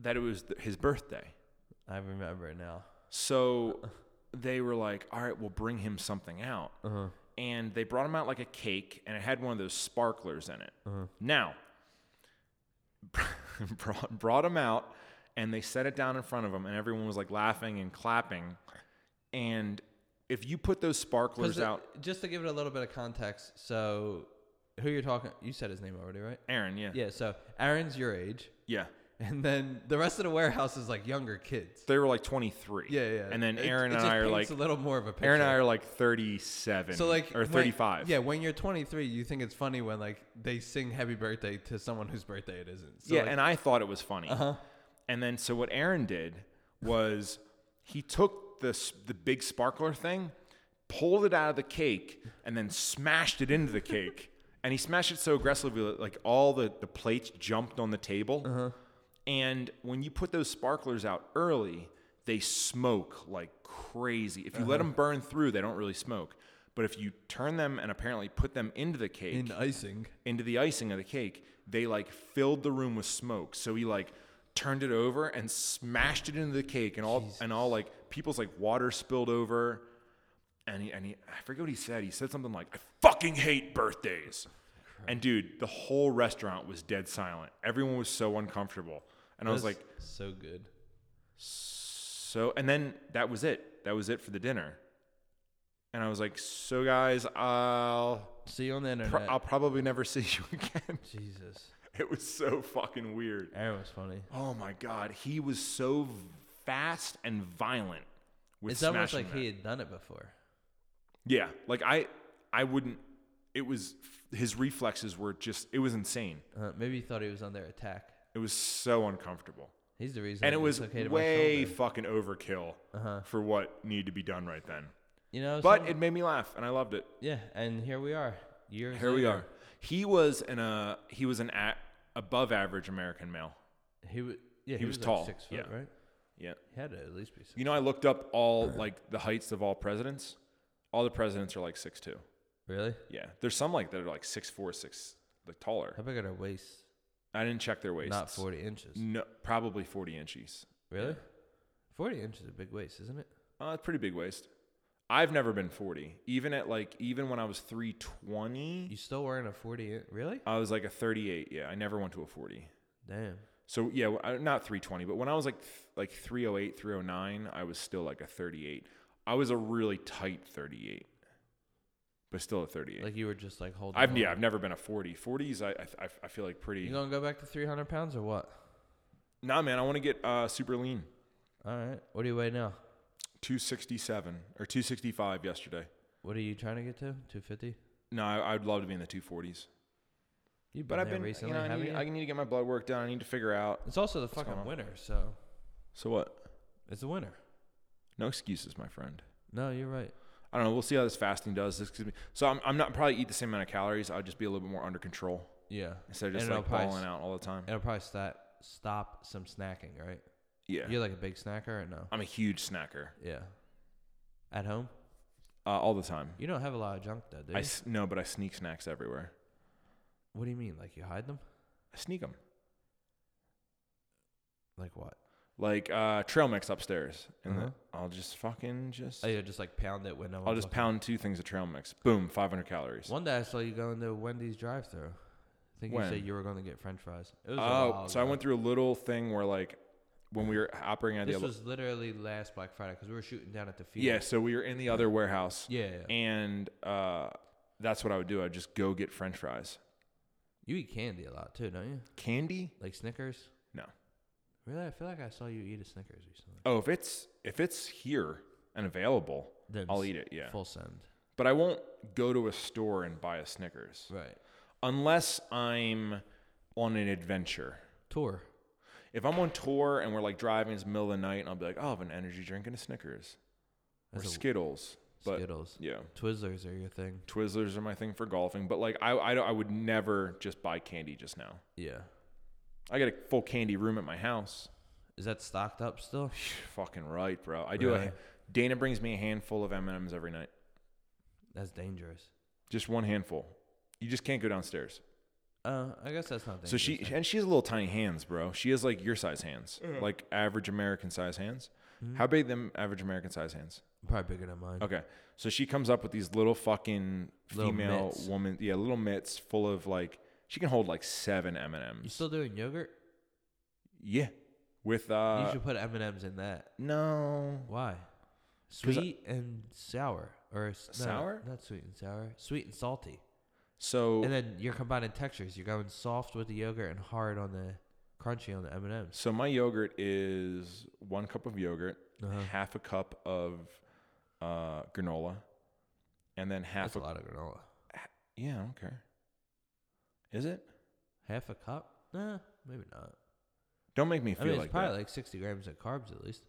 [SPEAKER 1] that it was th- his birthday.
[SPEAKER 2] I remember it now.
[SPEAKER 1] So they were like, all right, we'll bring him something out. And they brought him out like a cake, and it had one of those sparklers in it.
[SPEAKER 2] Uh-huh.
[SPEAKER 1] Now, brought, brought him out, and they set it down in front of him, and everyone was like laughing and clapping. And if you put those
[SPEAKER 2] 'Cause
[SPEAKER 1] sparklers
[SPEAKER 2] it-
[SPEAKER 1] out,
[SPEAKER 2] Just to give it a little bit of context, so who you're talking? You said his name already, right?
[SPEAKER 1] Aaron, yeah.
[SPEAKER 2] Yeah. So Aaron's your age,
[SPEAKER 1] Yeah.
[SPEAKER 2] and then the rest of the warehouse is like younger kids.
[SPEAKER 1] They were like 23.
[SPEAKER 2] Yeah, yeah.
[SPEAKER 1] And then
[SPEAKER 2] It-
[SPEAKER 1] Aaron
[SPEAKER 2] it
[SPEAKER 1] and
[SPEAKER 2] just
[SPEAKER 1] I are like,
[SPEAKER 2] paints a little more of a picture.
[SPEAKER 1] Aaron and I are like 37
[SPEAKER 2] So like
[SPEAKER 1] or
[SPEAKER 2] when-
[SPEAKER 1] 35.
[SPEAKER 2] yeah, when you're 23, you think it's funny when like they sing "Happy Birthday" to someone whose birthday it isn't. So
[SPEAKER 1] yeah,
[SPEAKER 2] like, Uh-huh.
[SPEAKER 1] and I thought it was funny. And then so what Aaron did was he took the s- the big sparkler thing, pulled it out of the cake, and then smashed it into the cake. and he smashed it so aggressively that like all the, the plates jumped on the table.
[SPEAKER 2] Uh-huh.
[SPEAKER 1] And when you put those sparklers out early, they smoke like crazy. If you
[SPEAKER 2] Uh-huh.
[SPEAKER 1] let them burn through, they don't really smoke. But if you turn them and apparently put them into the cake,
[SPEAKER 2] in icing.
[SPEAKER 1] into the icing of the cake, they like filled the room with smoke. So he like turned it over and smashed it into the cake, and all and all like people's like water spilled over. And he and he, I forget what he said. He said something like, "I fucking hate birthdays." And dude, the whole restaurant was dead silent. Everyone was so uncomfortable, and I was like,
[SPEAKER 2] so good.
[SPEAKER 1] so and then that was it. That was it for the dinner. And I was like, so guys, I'll
[SPEAKER 2] See you on the
[SPEAKER 1] pro-
[SPEAKER 2] internet.
[SPEAKER 1] I'll probably never see you again.
[SPEAKER 2] Jesus,
[SPEAKER 1] It was so fucking weird.
[SPEAKER 2] that was funny.
[SPEAKER 1] Oh my god, he was so fast and violent with
[SPEAKER 2] It's almost
[SPEAKER 1] smashing
[SPEAKER 2] like
[SPEAKER 1] that.
[SPEAKER 2] he had done it before.
[SPEAKER 1] Yeah, like I, I wouldn't. It was his reflexes were just. It was insane.
[SPEAKER 2] Uh, maybe he thought he was under attack.
[SPEAKER 1] It was so uncomfortable,
[SPEAKER 2] He's the reason.
[SPEAKER 1] and
[SPEAKER 2] I
[SPEAKER 1] it was
[SPEAKER 2] dislocated my
[SPEAKER 1] way
[SPEAKER 2] shoulder. Uh-huh.
[SPEAKER 1] fucking overkill for what needed to be done right then.
[SPEAKER 2] you know,
[SPEAKER 1] But
[SPEAKER 2] some-
[SPEAKER 1] it made me laugh, and I loved it.
[SPEAKER 2] yeah, and here we are. Years
[SPEAKER 1] Here we
[SPEAKER 2] later.
[SPEAKER 1] are. He was an uh, he was an a- above average American male.
[SPEAKER 2] He was. Yeah, he,
[SPEAKER 1] was
[SPEAKER 2] was,
[SPEAKER 1] tall,
[SPEAKER 2] Like six foot,
[SPEAKER 1] yeah.
[SPEAKER 2] right?
[SPEAKER 1] Yeah.
[SPEAKER 2] He had to at least be six.
[SPEAKER 1] You know, I looked up all like the heights of all presidents. All the presidents are like six two.
[SPEAKER 2] Really?
[SPEAKER 1] Yeah, there's some like that are like six four, six like taller.
[SPEAKER 2] How big are their waists?
[SPEAKER 1] I didn't check their waists. Mm,
[SPEAKER 2] Not forty inches.
[SPEAKER 1] No, probably forty inches.
[SPEAKER 2] Really? Forty inches is a big waist, isn't it?
[SPEAKER 1] Uh, it's pretty big waist. I've never been forty. Even at like even when I was three twenty,
[SPEAKER 2] You still wearing a forty? In- really?
[SPEAKER 1] I was like a thirty eight. Yeah, I never went to a forty.
[SPEAKER 2] Damn.
[SPEAKER 1] So yeah, I- not three twenty, but when I was like th- like 308, 309, I was still like a thirty eight. I was a really tight thirty eight, but still a thirty eight.
[SPEAKER 2] Like you were just like holding.
[SPEAKER 1] I've
[SPEAKER 2] on.
[SPEAKER 1] yeah, I've never been a forty. Forties, I, I I feel like
[SPEAKER 2] You
[SPEAKER 1] pretty.
[SPEAKER 2] gonna go back to three hundred pounds or what?
[SPEAKER 1] Nah, man, I want to get uh super lean.
[SPEAKER 2] All right. What do you weigh now?
[SPEAKER 1] 267 or 265 yesterday.
[SPEAKER 2] What are you trying to get to? Two fifty.
[SPEAKER 1] No, I, I'd love to be in the 240s.
[SPEAKER 2] You've been
[SPEAKER 1] But I've
[SPEAKER 2] there
[SPEAKER 1] been,
[SPEAKER 2] recently,
[SPEAKER 1] you know, I
[SPEAKER 2] haven't
[SPEAKER 1] need,
[SPEAKER 2] you?
[SPEAKER 1] I need to get my blood work done. I need to figure out.
[SPEAKER 2] It's also the
[SPEAKER 1] going
[SPEAKER 2] fucking
[SPEAKER 1] on?
[SPEAKER 2] winter, so
[SPEAKER 1] So what?
[SPEAKER 2] it's the winter.
[SPEAKER 1] No excuses, my friend.
[SPEAKER 2] No, you're right.
[SPEAKER 1] I don't know. We'll see how this fasting does. This could be, so I'm, I'm not probably eat the same amount of calories. I'll just be a little bit more under control
[SPEAKER 2] Yeah.
[SPEAKER 1] instead of just
[SPEAKER 2] And it'll
[SPEAKER 1] like
[SPEAKER 2] probably
[SPEAKER 1] balling
[SPEAKER 2] s-
[SPEAKER 1] out all the time.
[SPEAKER 2] It'll probably stop stop some snacking, right?
[SPEAKER 1] Yeah.
[SPEAKER 2] You're like a big snacker or no?
[SPEAKER 1] I'm a huge snacker
[SPEAKER 2] Yeah. At home?
[SPEAKER 1] uh, all the time.
[SPEAKER 2] You don't have a lot of junk though, do you?
[SPEAKER 1] I s- no, but I sneak snacks everywhere.
[SPEAKER 2] what do you mean? Like you hide them?
[SPEAKER 1] I sneak them.
[SPEAKER 2] Like what?
[SPEAKER 1] Like uh, trail mix upstairs, and
[SPEAKER 2] Uh-huh.
[SPEAKER 1] then I'll just fucking just
[SPEAKER 2] Oh, yeah, just like pound it when no
[SPEAKER 1] I'll
[SPEAKER 2] one's
[SPEAKER 1] just
[SPEAKER 2] looking.
[SPEAKER 1] pound two things of trail mix. Boom, 500 calories.
[SPEAKER 2] One day I saw you go into Wendy's drive thru. I think you
[SPEAKER 1] When?
[SPEAKER 2] said you were going to get French fries. It was a
[SPEAKER 1] Oh,
[SPEAKER 2] while
[SPEAKER 1] so I
[SPEAKER 2] ago.
[SPEAKER 1] went through a little thing where like when we were operating at the
[SPEAKER 2] This
[SPEAKER 1] other,
[SPEAKER 2] was literally last Black Friday because we were shooting down at the field.
[SPEAKER 1] yeah. So we were in the other warehouse,
[SPEAKER 2] Yeah. yeah.
[SPEAKER 1] and uh, that's what I would do. I'd just go get French fries,
[SPEAKER 2] You eat candy a lot too, don't you?
[SPEAKER 1] candy.
[SPEAKER 2] Like Snickers.
[SPEAKER 1] No.
[SPEAKER 2] Really, I feel like I saw you eat a Snickers recently.
[SPEAKER 1] Oh, if it's if it's here and available,
[SPEAKER 2] Then
[SPEAKER 1] I'll
[SPEAKER 2] s-
[SPEAKER 1] eat it. Yeah,
[SPEAKER 2] Full send.
[SPEAKER 1] but I won't go to a store and buy a Snickers
[SPEAKER 2] Right.
[SPEAKER 1] unless I'm on an adventure.
[SPEAKER 2] Tour.
[SPEAKER 1] If I'm on tour and we're like driving, it's the middle of the night, and I'll be like, I'll have an energy drink and a Snickers or
[SPEAKER 2] That's a-
[SPEAKER 1] Skittles. But
[SPEAKER 2] Skittles.
[SPEAKER 1] yeah.
[SPEAKER 2] Twizzlers are your thing.
[SPEAKER 1] Twizzlers are my thing for golfing, but like I, I, don't- I would never just buy candy just now.
[SPEAKER 2] Yeah.
[SPEAKER 1] I got a full candy room at my house.
[SPEAKER 2] Is that stocked up still?
[SPEAKER 1] Fucking right, bro. I do. A,
[SPEAKER 2] Really?
[SPEAKER 1] Dana brings me a handful of M and M's every night.
[SPEAKER 2] That's dangerous.
[SPEAKER 1] Just one handful. You just can't go downstairs.
[SPEAKER 2] Uh, I guess that's not dangerous.
[SPEAKER 1] so she
[SPEAKER 2] then.
[SPEAKER 1] and she has little tiny hands, bro. She has like your size hands, like average American size hands.
[SPEAKER 2] Hmm.
[SPEAKER 1] How big them average American size hands?
[SPEAKER 2] probably bigger than mine.
[SPEAKER 1] Okay, so she comes up with these little fucking
[SPEAKER 2] Little
[SPEAKER 1] female
[SPEAKER 2] mitts.
[SPEAKER 1] woman, yeah, little mitts full of like she can hold like seven M and
[SPEAKER 2] You
[SPEAKER 1] M's.
[SPEAKER 2] still doing yogurt?
[SPEAKER 1] Yeah, with uh,
[SPEAKER 2] you should put M and M's in that.
[SPEAKER 1] No.
[SPEAKER 2] Why?
[SPEAKER 1] 'Cause I-
[SPEAKER 2] Sweet and sour, or s- no,
[SPEAKER 1] Sour?
[SPEAKER 2] Not sweet and sour. Sweet and salty.
[SPEAKER 1] So
[SPEAKER 2] And then you're combining textures. You're going soft with the yogurt and hard on the crunchy on the M and M's.
[SPEAKER 1] so my yogurt is one cup of yogurt,
[SPEAKER 2] Uh-huh.
[SPEAKER 1] half a cup of uh, granola, and then half
[SPEAKER 2] That's a
[SPEAKER 1] a
[SPEAKER 2] lot of granola.
[SPEAKER 1] yeah. I don't care. Is it?
[SPEAKER 2] Half a cup? Nah, maybe not.
[SPEAKER 1] Don't make me
[SPEAKER 2] I
[SPEAKER 1] feel
[SPEAKER 2] mean, it's
[SPEAKER 1] like that,
[SPEAKER 2] probably like 60 grams of carbs at least.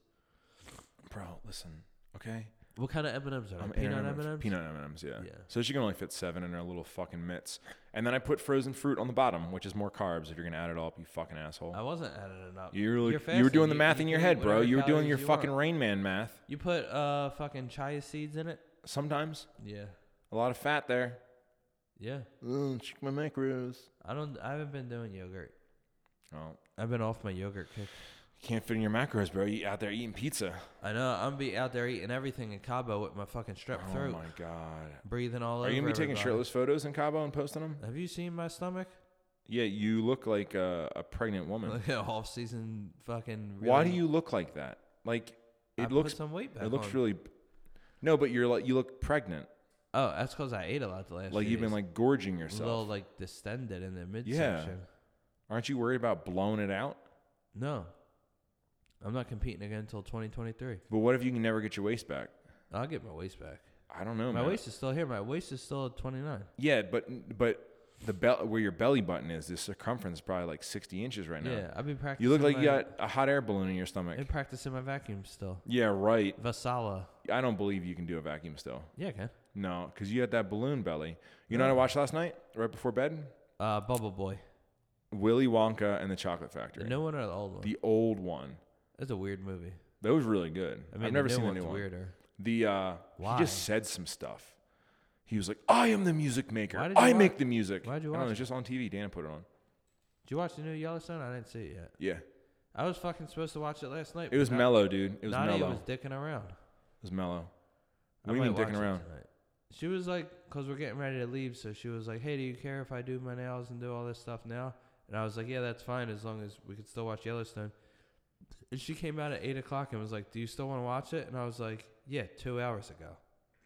[SPEAKER 1] bro. Listen, okay.
[SPEAKER 2] What kind of M and M's are there?
[SPEAKER 1] Um,
[SPEAKER 2] Peanut M
[SPEAKER 1] M&Ms.
[SPEAKER 2] and M's.
[SPEAKER 1] Peanut M&Ms, yeah.
[SPEAKER 2] Yeah.
[SPEAKER 1] So she can only fit seven in her little fucking mitts. And then I put frozen fruit on the bottom, which is more carbs. If you're gonna add it all up, you fucking asshole.
[SPEAKER 2] I wasn't adding it up.
[SPEAKER 1] You were,
[SPEAKER 2] Oh. You're
[SPEAKER 1] you were
[SPEAKER 2] fasting.
[SPEAKER 1] doing the math
[SPEAKER 2] you
[SPEAKER 1] in your
[SPEAKER 2] can eat
[SPEAKER 1] head, bro.
[SPEAKER 2] whatever
[SPEAKER 1] You were doing
[SPEAKER 2] calories
[SPEAKER 1] your
[SPEAKER 2] you
[SPEAKER 1] fucking
[SPEAKER 2] want.
[SPEAKER 1] Rain Man math.
[SPEAKER 2] You put uh fucking chia seeds in it.
[SPEAKER 1] Sometimes
[SPEAKER 2] Yeah.
[SPEAKER 1] a lot of fat there.
[SPEAKER 2] Yeah. Mm,
[SPEAKER 1] Ooh, check my macros.
[SPEAKER 2] I don't. I haven't been doing yogurt.
[SPEAKER 1] Oh,
[SPEAKER 2] I've been off my yogurt kick.
[SPEAKER 1] you can't fit in your macros, bro. You out there eating pizza.
[SPEAKER 2] I know. I'm gonna be out there eating everything in Cabo with my fucking strep
[SPEAKER 1] Oh
[SPEAKER 2] throat,
[SPEAKER 1] my god.
[SPEAKER 2] breathing all over.
[SPEAKER 1] Are you gonna be taking
[SPEAKER 2] everybody.
[SPEAKER 1] shirtless photos in Cabo and posting them?
[SPEAKER 2] Have you seen my stomach?
[SPEAKER 1] Yeah, you look like a, a pregnant woman.
[SPEAKER 2] Like an off-season fucking.
[SPEAKER 1] Why do
[SPEAKER 2] really-
[SPEAKER 1] you look like that? Like it
[SPEAKER 2] I put
[SPEAKER 1] looks
[SPEAKER 2] some weight back.
[SPEAKER 1] it looks
[SPEAKER 2] on.
[SPEAKER 1] really No, but you're like you look pregnant.
[SPEAKER 2] Oh, that's because I ate a lot the last.
[SPEAKER 1] Like
[SPEAKER 2] few
[SPEAKER 1] you've been
[SPEAKER 2] days.
[SPEAKER 1] like gorging
[SPEAKER 2] a little
[SPEAKER 1] yourself.
[SPEAKER 2] like distended in the midsection.
[SPEAKER 1] Aren't you worried about blowing it out?
[SPEAKER 2] No, I'm not competing again until 2023.
[SPEAKER 1] But what if you can never get your waist back?
[SPEAKER 2] I'll get my waist back.
[SPEAKER 1] I don't know,
[SPEAKER 2] my
[SPEAKER 1] Oh, man.
[SPEAKER 2] waist is still here. My waist is still at 29.
[SPEAKER 1] Yeah, but but the belt where your belly button is, the circumference is probably like 60 inches right now.
[SPEAKER 2] Yeah, I've been practicing.
[SPEAKER 1] You look like
[SPEAKER 2] my,
[SPEAKER 1] you got a hot air balloon in your stomach.
[SPEAKER 2] I'm practicing my vacuum still.
[SPEAKER 1] yeah, right.
[SPEAKER 2] Vasala.
[SPEAKER 1] I don't believe you can do a vacuum still.
[SPEAKER 2] Yeah, I can.
[SPEAKER 1] No, because you had that balloon belly. You
[SPEAKER 2] Uh-huh.
[SPEAKER 1] know what I watched last night, right before bed?
[SPEAKER 2] Uh, Bubble Boy.
[SPEAKER 1] Willy Wonka and the Chocolate Factory.
[SPEAKER 2] The new one or the old one?
[SPEAKER 1] The old one.
[SPEAKER 2] That's a weird movie.
[SPEAKER 1] That was really good.
[SPEAKER 2] I mean,
[SPEAKER 1] I've never
[SPEAKER 2] the new
[SPEAKER 1] seen the
[SPEAKER 2] one's
[SPEAKER 1] new one.
[SPEAKER 2] weirder.
[SPEAKER 1] The uh,
[SPEAKER 2] Why?
[SPEAKER 1] he just said some stuff. He was like, "I am the music maker.
[SPEAKER 2] Why did you
[SPEAKER 1] I make
[SPEAKER 2] watch-
[SPEAKER 1] the music."
[SPEAKER 2] why'd you
[SPEAKER 1] I don't know,
[SPEAKER 2] watch
[SPEAKER 1] it's just on TV. Dana put it on.
[SPEAKER 2] Did you watch the new Yellowstone? I didn't see it yet.
[SPEAKER 1] Yeah,
[SPEAKER 2] I was fucking supposed to watch it last night.
[SPEAKER 1] it was
[SPEAKER 2] mellow.
[SPEAKER 1] mellow, dude. It was
[SPEAKER 2] Nadia
[SPEAKER 1] mellow.
[SPEAKER 2] was dicking around.
[SPEAKER 1] It was mellow.
[SPEAKER 2] I
[SPEAKER 1] What do you mean
[SPEAKER 2] might watch
[SPEAKER 1] dicking
[SPEAKER 2] it
[SPEAKER 1] around?
[SPEAKER 2] tonight. She was like, because we're getting ready to leave, so she was like, hey, do you care if I do my nails and do all this stuff now? And I was like, yeah, that's fine as long as we could still watch Yellowstone. And she came out at 8 o'clock and was like, do you still want to watch it? And I was like, yeah, two hours ago.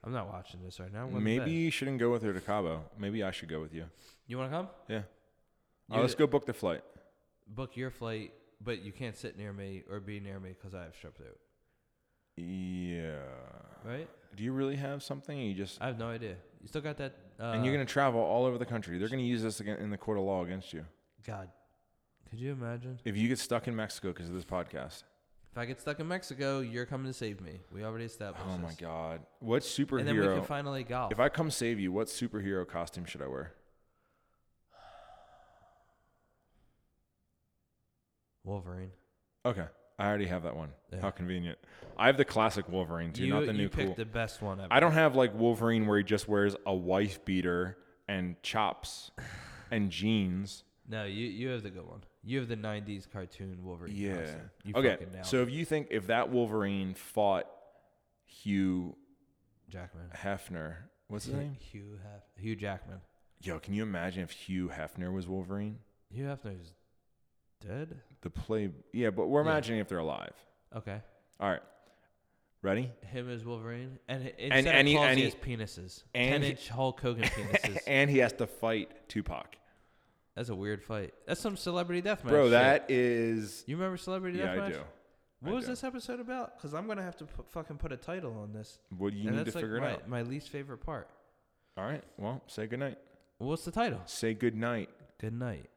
[SPEAKER 2] I'm not watching this right now. I'm going to bed."
[SPEAKER 1] Maybe you shouldn't go with her to Cabo. Maybe I should go with you.
[SPEAKER 2] You want to come?
[SPEAKER 1] Yeah.
[SPEAKER 2] You-
[SPEAKER 1] Oh, let's go book the flight.
[SPEAKER 2] Book your flight, but you can't sit near me or be near me because I have strep throat.
[SPEAKER 1] Yeah.
[SPEAKER 2] Right?
[SPEAKER 1] Do you really have something? You just
[SPEAKER 2] I have no idea. You still got that. Uh,
[SPEAKER 1] and you're gonna travel all over the country. They're gonna use this again in the court of law against you
[SPEAKER 2] God, could you imagine?
[SPEAKER 1] if you get stuck in Mexico because of this podcast.
[SPEAKER 2] If I get stuck in Mexico, you're coming to save me. We already established
[SPEAKER 1] Oh
[SPEAKER 2] this.
[SPEAKER 1] my god! What superhero?
[SPEAKER 2] And then we can finally golf.
[SPEAKER 1] If I come save you, what superhero costume should I wear?
[SPEAKER 2] Wolverine.
[SPEAKER 1] Okay, I already have that one.
[SPEAKER 2] Yeah.
[SPEAKER 1] How convenient. I have the classic Wolverine too,
[SPEAKER 2] you
[SPEAKER 1] not the
[SPEAKER 2] you
[SPEAKER 1] new
[SPEAKER 2] picked
[SPEAKER 1] cool.
[SPEAKER 2] the best one ever.
[SPEAKER 1] I don't have like Wolverine where he just wears a wife beater and chops and jeans.
[SPEAKER 2] no, you you have the good one. You have the '90s cartoon Wolverine.
[SPEAKER 1] Yeah.
[SPEAKER 2] costume. You
[SPEAKER 1] okay.
[SPEAKER 2] Fucking nailed
[SPEAKER 1] So
[SPEAKER 2] it,
[SPEAKER 1] if you think if that Wolverine fought Hugh
[SPEAKER 2] Jackman.
[SPEAKER 1] Hefner, what's his
[SPEAKER 2] Hugh-
[SPEAKER 1] name?
[SPEAKER 2] Hugh Hef- Hugh Jackman.
[SPEAKER 1] Yo, can you imagine if Hugh Hefner was Wolverine?
[SPEAKER 2] Hugh Hefner's dead.
[SPEAKER 1] The play, yeah, but we're
[SPEAKER 2] Yeah.
[SPEAKER 1] imagining if they're alive.
[SPEAKER 2] Okay.
[SPEAKER 1] All right, ready?
[SPEAKER 2] Him as Wolverine, and h- instead
[SPEAKER 1] and
[SPEAKER 2] of
[SPEAKER 1] he-
[SPEAKER 2] claws,
[SPEAKER 1] and
[SPEAKER 2] he
[SPEAKER 1] he-
[SPEAKER 2] has penises.
[SPEAKER 1] and he-
[SPEAKER 2] Ten-inch Hulk Hogan penises.
[SPEAKER 1] and he has to fight Tupac.
[SPEAKER 2] That's a weird fight. That's some celebrity deathmatch.
[SPEAKER 1] Bro,
[SPEAKER 2] shit.
[SPEAKER 1] that is.
[SPEAKER 2] You remember celebrity
[SPEAKER 1] Yeah,
[SPEAKER 2] deathmatch?
[SPEAKER 1] I do.
[SPEAKER 2] What
[SPEAKER 1] I
[SPEAKER 2] was
[SPEAKER 1] do.
[SPEAKER 2] this episode about? Because I'm gonna have to put, fucking put a title on this.
[SPEAKER 1] What do you
[SPEAKER 2] and
[SPEAKER 1] need to
[SPEAKER 2] that's like
[SPEAKER 1] figure
[SPEAKER 2] my,
[SPEAKER 1] it out?
[SPEAKER 2] my least favorite part.
[SPEAKER 1] All right. Well, say goodnight.
[SPEAKER 2] What's the title?
[SPEAKER 1] Say goodnight.
[SPEAKER 2] Good night.